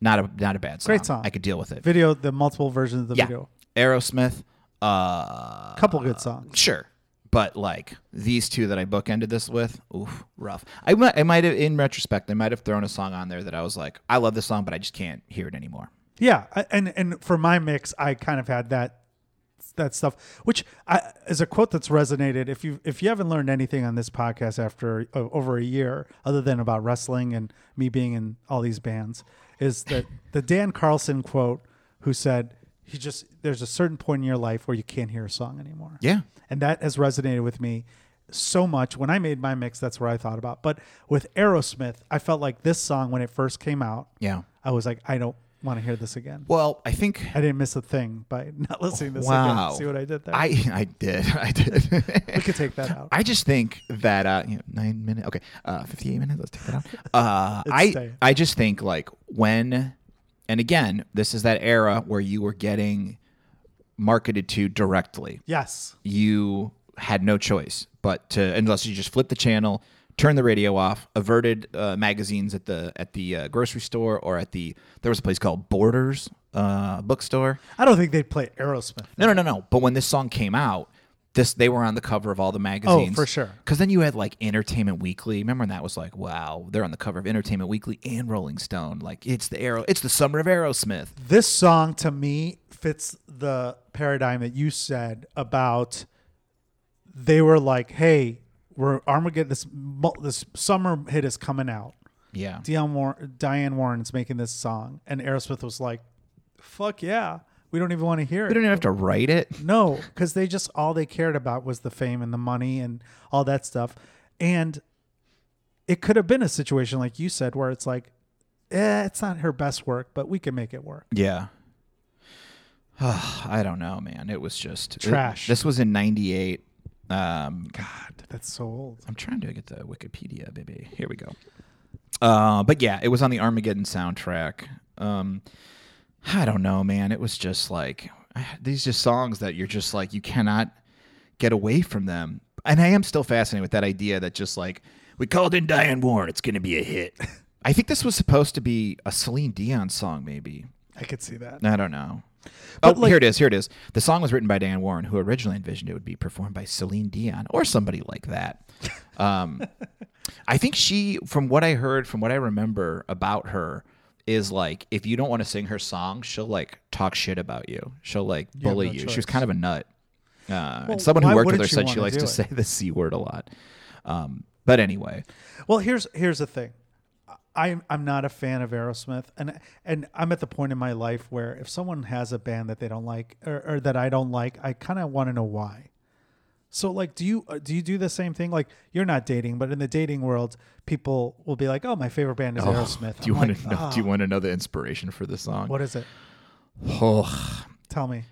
[SPEAKER 1] not a not a bad song.
[SPEAKER 2] Great song.
[SPEAKER 1] I could deal with it.
[SPEAKER 2] video the multiple versions of the
[SPEAKER 1] yeah,
[SPEAKER 2] video.
[SPEAKER 1] Aerosmith. Uh,
[SPEAKER 2] Couple good songs.
[SPEAKER 1] sure, But like these two that I bookended this with, oof, rough. I might, I might have, in retrospect, I might have thrown a song on there that I was like, I love this song, but I just can't hear it anymore.
[SPEAKER 2] Yeah, I- and and for my mix, I kind of had that that stuff, which I, is a quote that's resonated. If you if you haven't learned anything on this podcast after uh, over a year, other than about wrestling and me being in all these bands, is that the Dan Carlson quote who said he just there's a certain point in your life where you can't hear a song anymore.
[SPEAKER 1] Yeah.
[SPEAKER 2] And that has resonated with me so much. When I made my mix, that's where I thought about. But with Aerosmith, I felt like this song when it first came out.
[SPEAKER 1] Yeah.
[SPEAKER 2] I was like, I don't want to hear this again.
[SPEAKER 1] Well, I think.
[SPEAKER 2] I didn't miss a thing by <laughs> not listening to this
[SPEAKER 1] Wow.
[SPEAKER 2] again. See what I did there?
[SPEAKER 1] I, I did. <laughs> I did.
[SPEAKER 2] we could take that out.
[SPEAKER 1] <laughs> I just think that uh, you know, nine minutes, okay, uh, fifty-eight minutes. Let's take that
[SPEAKER 2] <laughs>
[SPEAKER 1] out. Uh,
[SPEAKER 2] It's
[SPEAKER 1] I
[SPEAKER 2] staying.
[SPEAKER 1] I just think like when, and again, this is that era where you were getting marketed to directly.
[SPEAKER 2] yes.
[SPEAKER 1] You had no choice but to unless you just flip the channel, turn the radio off, averted uh, magazines at the at the uh, grocery store or at the there was a place called Borders uh, bookstore.
[SPEAKER 2] I don't think they'd play Aerosmith.
[SPEAKER 1] No, no, no, no. But when this song came out, this they were on the cover of all the magazines.
[SPEAKER 2] for sure.
[SPEAKER 1] Because then you had like Entertainment Weekly. Remember when that was like, wow, they're on the cover of Entertainment Weekly and Rolling Stone. Like it's the arrow, it's the summer of Aerosmith.
[SPEAKER 2] This song to me fits the paradigm that you said about they were like, hey, we're Armageddon. This, mul- this summer hit is coming out.
[SPEAKER 1] Yeah,
[SPEAKER 2] Dionne War- Diane Warren's making this song. And Aerosmith was like, fuck yeah. We don't even want to hear it.
[SPEAKER 1] we don't even have to write it.
[SPEAKER 2] No, because they just all they cared about was the fame and the money and all that stuff. And it could have been a situation like you said where it's like, eh, it's not her best work, but we can make it work.
[SPEAKER 1] Yeah. <sighs> I don't know, man. It was just
[SPEAKER 2] Trash.
[SPEAKER 1] this was in '98. Um,
[SPEAKER 2] God, that's so old.
[SPEAKER 1] I'm trying to get the Wikipedia, baby. Here we go. Uh, but yeah, it was on the Armageddon soundtrack. Um, I don't know, man. It was just like these just songs that you're just like you cannot get away from them. And I am still fascinated with that idea that just like we called in Diane Warren, it's going to be a hit. <laughs> I think this was supposed to be a Celine Dion song, maybe.
[SPEAKER 2] I could see that.
[SPEAKER 1] I don't know.
[SPEAKER 2] But,
[SPEAKER 1] oh,
[SPEAKER 2] like-
[SPEAKER 1] here it is. Here it is. The song was written by Dan Warren, who originally envisioned it would be performed by Celine Dion or somebody like that. Um, <laughs> I think she, from what I heard, from what I remember about her, is like if you don't want to sing her song, she'll like talk shit about you. She'll like
[SPEAKER 2] have
[SPEAKER 1] bully
[SPEAKER 2] no
[SPEAKER 1] you.
[SPEAKER 2] choice.
[SPEAKER 1] She was kind of a nut. Uh,
[SPEAKER 2] Well,
[SPEAKER 1] and someone who
[SPEAKER 2] why
[SPEAKER 1] worked with her
[SPEAKER 2] wouldn't you
[SPEAKER 1] said she
[SPEAKER 2] wanna
[SPEAKER 1] likes
[SPEAKER 2] do
[SPEAKER 1] to
[SPEAKER 2] it?
[SPEAKER 1] say the c word a lot. Um, but anyway,
[SPEAKER 2] Well, here's here's the thing. I- I'm I'm not a fan of Aerosmith, and and I'm at the point in my life where if someone has a band that they don't like or, or that I don't like, I kind of want to know why. So like, do you uh, do you do the same thing? Like, you're not dating, but in the dating world, people will be like, "Oh, my favorite band is Aerosmith."
[SPEAKER 1] do you
[SPEAKER 2] I'm
[SPEAKER 1] want
[SPEAKER 2] like,
[SPEAKER 1] to know?
[SPEAKER 2] "Ah,
[SPEAKER 1] Do you want to know the inspiration for the song?
[SPEAKER 2] what is it?
[SPEAKER 1] Oh,
[SPEAKER 2] Tell me.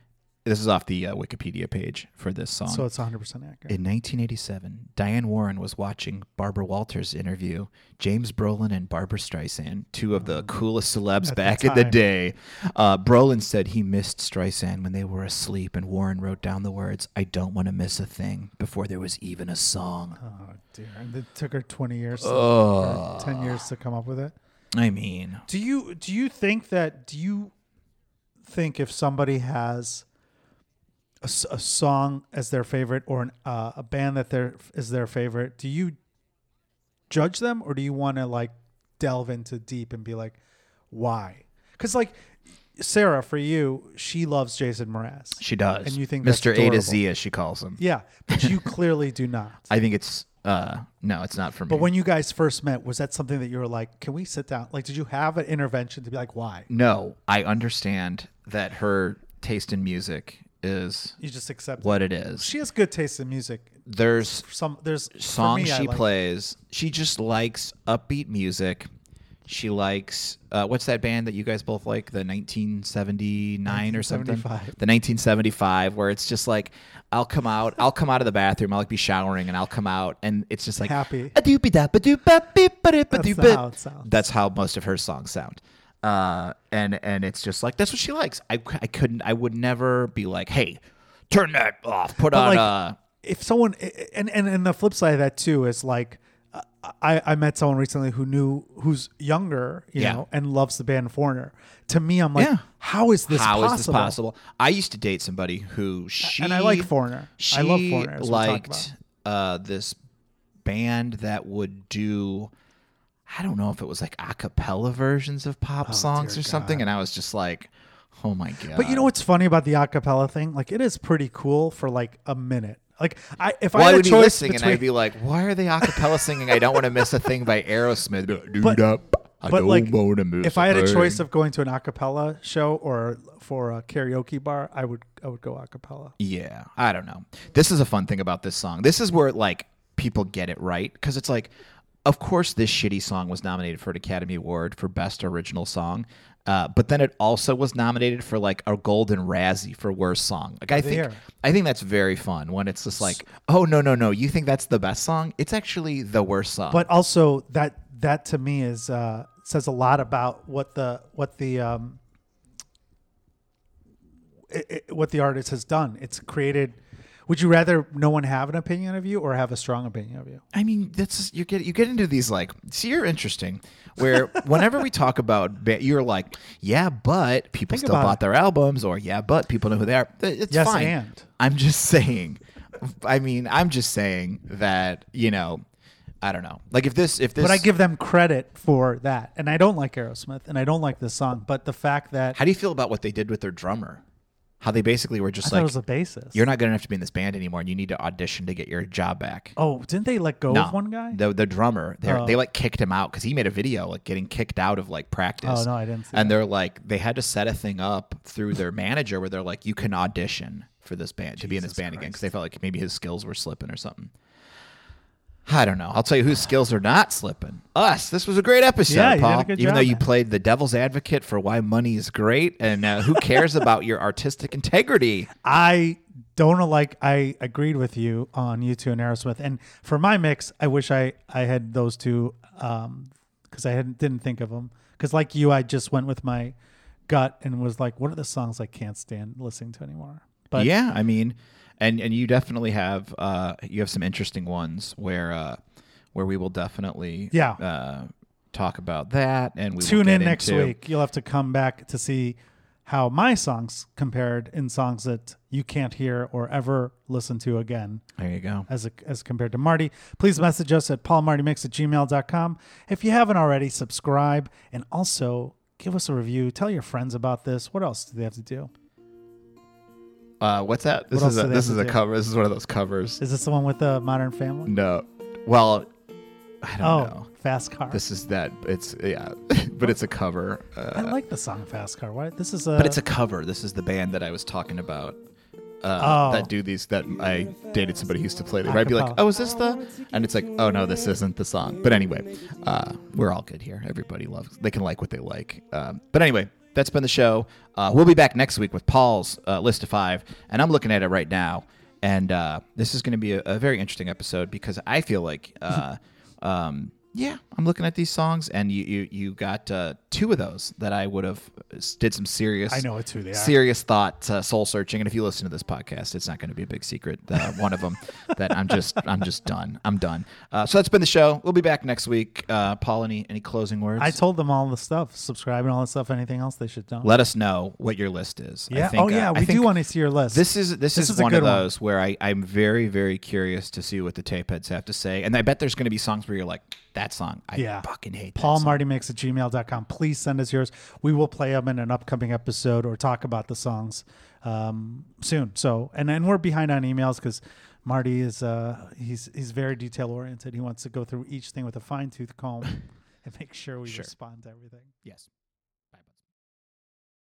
[SPEAKER 1] this is off the uh, Wikipedia page for this song.
[SPEAKER 2] So it's 100 percent accurate.
[SPEAKER 1] In 1987, Diane Warren was watching Barbara Walters interview James Brolin and Barbara Streisand, two of the coolest celebs
[SPEAKER 2] At the
[SPEAKER 1] back in the
[SPEAKER 2] time.
[SPEAKER 1] day. Uh, Brolin said he missed Streisand when they were asleep, and Warren wrote down the words, I don't want to miss a thing, before there was even a song.
[SPEAKER 2] oh dear, and it took her 20 years, to-
[SPEAKER 1] Oh.
[SPEAKER 2] or 10 years to come up with it.
[SPEAKER 1] I mean,
[SPEAKER 2] Do you do you think that do you think if somebody has a, s- a song as their favorite or an, uh, a band that their is their favorite, do you judge them or do you want to like delve into deep and be like why? Cuz like Sarah for you, she loves Jason Mraz.
[SPEAKER 1] she does.
[SPEAKER 2] And you think that's
[SPEAKER 1] Mr. A to
[SPEAKER 2] adorable.
[SPEAKER 1] Z, as she calls him.
[SPEAKER 2] Yeah, but you clearly do not.
[SPEAKER 1] <laughs> I think it's, uh, no, it's not for me.
[SPEAKER 2] But when you guys first met, was that something that you were like, "Can we sit down?" Like, did you have an intervention to be like, "Why?"
[SPEAKER 1] no, I understand that her taste in music is
[SPEAKER 2] You just accept.
[SPEAKER 1] what it is.
[SPEAKER 2] She has good taste in music.
[SPEAKER 1] There's
[SPEAKER 2] some there's for
[SPEAKER 1] song
[SPEAKER 2] me, I
[SPEAKER 1] she
[SPEAKER 2] like-
[SPEAKER 1] plays. She just likes upbeat music. She likes uh, what's that band that you guys both like? The 1979 or something. The
[SPEAKER 2] 1975.
[SPEAKER 1] 1975, where it's just like I'll come out, I'll come out of the bathroom, I'll like be showering, and I'll come out, and it's just like
[SPEAKER 2] Happy.
[SPEAKER 1] That's
[SPEAKER 2] That's how it sounds.
[SPEAKER 1] That's how most of her songs sound. Uh, and and it's just like that's what she likes. I, I couldn't, I would never be like, hey, turn that off, put on
[SPEAKER 2] like,
[SPEAKER 1] uh,
[SPEAKER 2] if someone and, and and the flip side of that too is like I, I met someone recently who knew who's younger, you
[SPEAKER 1] Yeah.
[SPEAKER 2] know, and loves the band Foreigner. To me, I'm like,
[SPEAKER 1] Yeah.
[SPEAKER 2] how is this
[SPEAKER 1] How is
[SPEAKER 2] possible?
[SPEAKER 1] this possible? I used to date somebody who she
[SPEAKER 2] and I like Foreigner.
[SPEAKER 1] She
[SPEAKER 2] I love Foreigner. as we talked
[SPEAKER 1] liked uh, this band that would do. I don't know if it was like a cappella versions of pop songs or
[SPEAKER 2] Oh, dear
[SPEAKER 1] something, and I was just like, "Oh my god!"
[SPEAKER 2] But you know what's funny about the acapella thing? Like, it is pretty cool for like a minute. Like, I if
[SPEAKER 1] Well, I
[SPEAKER 2] I had
[SPEAKER 1] would
[SPEAKER 2] a
[SPEAKER 1] be
[SPEAKER 2] choice
[SPEAKER 1] listening
[SPEAKER 2] between,
[SPEAKER 1] and I'd be like, why are they acapella singing? I don't want to miss a thing by Aerosmith. Be like,
[SPEAKER 2] <laughs> But-
[SPEAKER 1] "Doo-dop, I
[SPEAKER 2] but
[SPEAKER 1] don't
[SPEAKER 2] like,
[SPEAKER 1] wanna miss
[SPEAKER 2] if I had a
[SPEAKER 1] thing."
[SPEAKER 2] choice of going to an acapella show or for a karaoke bar, I would I would go acapella.
[SPEAKER 1] Yeah, I don't know. This is a fun thing about this song. This is where like people get it right because it's like, of course, this shitty song was nominated for an Academy Award for Best Original Song, uh, but then it also was nominated for like a Golden Razzie for Worst Song. Like I think
[SPEAKER 2] There.
[SPEAKER 1] I think that's very fun when it's just like, oh no no no, you think that's the best song? It's actually the worst song.
[SPEAKER 2] But also that that to me is uh, says a lot about what the what the um, i i what the artist has done. It's created. Would you rather no one have an opinion of you or have a strong opinion of you?
[SPEAKER 1] I mean, that's just- you get you get into these like. See, you're interesting. Where whenever we talk about, ba- you're like, yeah, but people
[SPEAKER 2] Think
[SPEAKER 1] still
[SPEAKER 2] about
[SPEAKER 1] bought
[SPEAKER 2] it.
[SPEAKER 1] their albums, or yeah, but people know who they are. Th- It's
[SPEAKER 2] Yes,
[SPEAKER 1] fine.
[SPEAKER 2] and.
[SPEAKER 1] I'm just <laughs> saying. I mean, I'm just saying that you know, I don't know. Like if this, if this,
[SPEAKER 2] But I give them credit for that, and I don't like Aerosmith, and I don't like this song. But the fact that
[SPEAKER 1] How do you feel about what they did with their drummer? How they basically were just
[SPEAKER 2] that
[SPEAKER 1] like,
[SPEAKER 2] was a basis.
[SPEAKER 1] you're not good enough to be in this band anymore, and you need to audition to get your job back.
[SPEAKER 2] oh, didn't they let go
[SPEAKER 1] No,
[SPEAKER 2] of one guy?
[SPEAKER 1] the the drummer. They
[SPEAKER 2] Oh.
[SPEAKER 1] they like kicked him out because he made a video like getting kicked out of like practice.
[SPEAKER 2] Oh, no, I didn't see
[SPEAKER 1] and they're like they had to set a thing up through their manager where they're like you can audition for this band to be in this band again because they felt like maybe his skills were slipping or something. I don't know. I'll tell you whose skills are not slipping. Us. This was a great episode,
[SPEAKER 2] Yeah, you did a
[SPEAKER 1] Paul.
[SPEAKER 2] good
[SPEAKER 1] Even
[SPEAKER 2] job,
[SPEAKER 1] though you
[SPEAKER 2] man.
[SPEAKER 1] played the devil's advocate for why money is great and uh, who cares about your artistic integrity.
[SPEAKER 2] I don't like. I agreed with you on U two and Aerosmith, and for my mix, I wish I I had those two because I hadn't, didn't think of them. Because like you, I just went with my gut and was like, "What are the songs I can't stand listening to anymore?" But
[SPEAKER 1] yeah, I mean, and and you definitely have uh you have some interesting ones where uh where we will definitely
[SPEAKER 2] Yeah.
[SPEAKER 1] uh talk about that and we will
[SPEAKER 2] tune
[SPEAKER 1] get
[SPEAKER 2] in next
[SPEAKER 1] into-
[SPEAKER 2] week. You'll have to come back to see how my songs compared in songs that you can't hear or ever listen to again.
[SPEAKER 1] There you go.
[SPEAKER 2] as, a, as compared to Marty. Please
[SPEAKER 1] Mm-hmm.
[SPEAKER 2] message us at paulmartymix at gmail.com. If you haven't already, subscribe and also give us a review. Tell your friends about this. What else do they have to do?
[SPEAKER 1] Uh what's that? This
[SPEAKER 2] What else
[SPEAKER 1] is
[SPEAKER 2] do
[SPEAKER 1] a
[SPEAKER 2] they
[SPEAKER 1] this
[SPEAKER 2] have
[SPEAKER 1] is
[SPEAKER 2] to
[SPEAKER 1] a
[SPEAKER 2] do?
[SPEAKER 1] cover. This is one of those covers.
[SPEAKER 2] Is this the one with the modern family?
[SPEAKER 1] No. Well, I don't
[SPEAKER 2] oh,
[SPEAKER 1] know.
[SPEAKER 2] Fast Car.
[SPEAKER 1] This is that it's yeah, <laughs> but it's a cover.
[SPEAKER 2] I
[SPEAKER 1] Uh,
[SPEAKER 2] like the song Fast Car. Why? This is a.
[SPEAKER 1] but it's a cover. This is the band that I was talking about. Uh,
[SPEAKER 2] Oh.
[SPEAKER 1] That do these that I dated somebody who used to play. They would be like,
[SPEAKER 2] Acapella.
[SPEAKER 1] "Oh, is this the?" And it's like, "Oh no, this isn't the song." But anyway, uh, we're all good here. Everybody loves. They can like what they like. Um, but anyway, that's been the show. Uh, we'll be back next week with Paul's uh, list of five, and I'm looking at it right now, and uh, this is going to be a, a very interesting episode because I feel like.
[SPEAKER 2] <laughs>
[SPEAKER 1] Uh, um, yeah, I'm looking at these songs, and you you, you got uh, two of those that I would have uh, did some serious
[SPEAKER 2] I know it's who they are.
[SPEAKER 1] serious thought uh, soul searching and if you listen to this podcast it's not going to be a big secret uh, one
[SPEAKER 2] <laughs>
[SPEAKER 1] of them that i'm just i'm just done i'm done uh, so that's been the show we'll be back next week uh, paul any, any closing words
[SPEAKER 2] I told them all the stuff, subscribe and all the stuff. Anything else they should know?
[SPEAKER 1] let us know what your list is I
[SPEAKER 2] yeah.
[SPEAKER 1] think,
[SPEAKER 2] oh,
[SPEAKER 1] uh,
[SPEAKER 2] yeah.
[SPEAKER 1] I
[SPEAKER 2] we do
[SPEAKER 1] think
[SPEAKER 2] want to see your list.
[SPEAKER 1] this is this,
[SPEAKER 2] This
[SPEAKER 1] is,
[SPEAKER 2] is a
[SPEAKER 1] one of
[SPEAKER 2] good one.
[SPEAKER 1] those where I, I'm very very curious to see what the tape heads have to say, and I bet there's going to be songs where you're like that song I
[SPEAKER 2] Yeah.
[SPEAKER 1] fucking hate. that
[SPEAKER 2] Paul
[SPEAKER 1] song."
[SPEAKER 2] Marty Mix at gmail.com. Please send us yours. We will play them in an upcoming episode or talk about the songs um, soon. So, and and we're behind on emails because Marty is uh, he's he's very detail oriented. He wants to go through each thing with a fine tooth comb <laughs> and make sure we
[SPEAKER 1] Sure.
[SPEAKER 2] respond to everything.
[SPEAKER 1] Yes.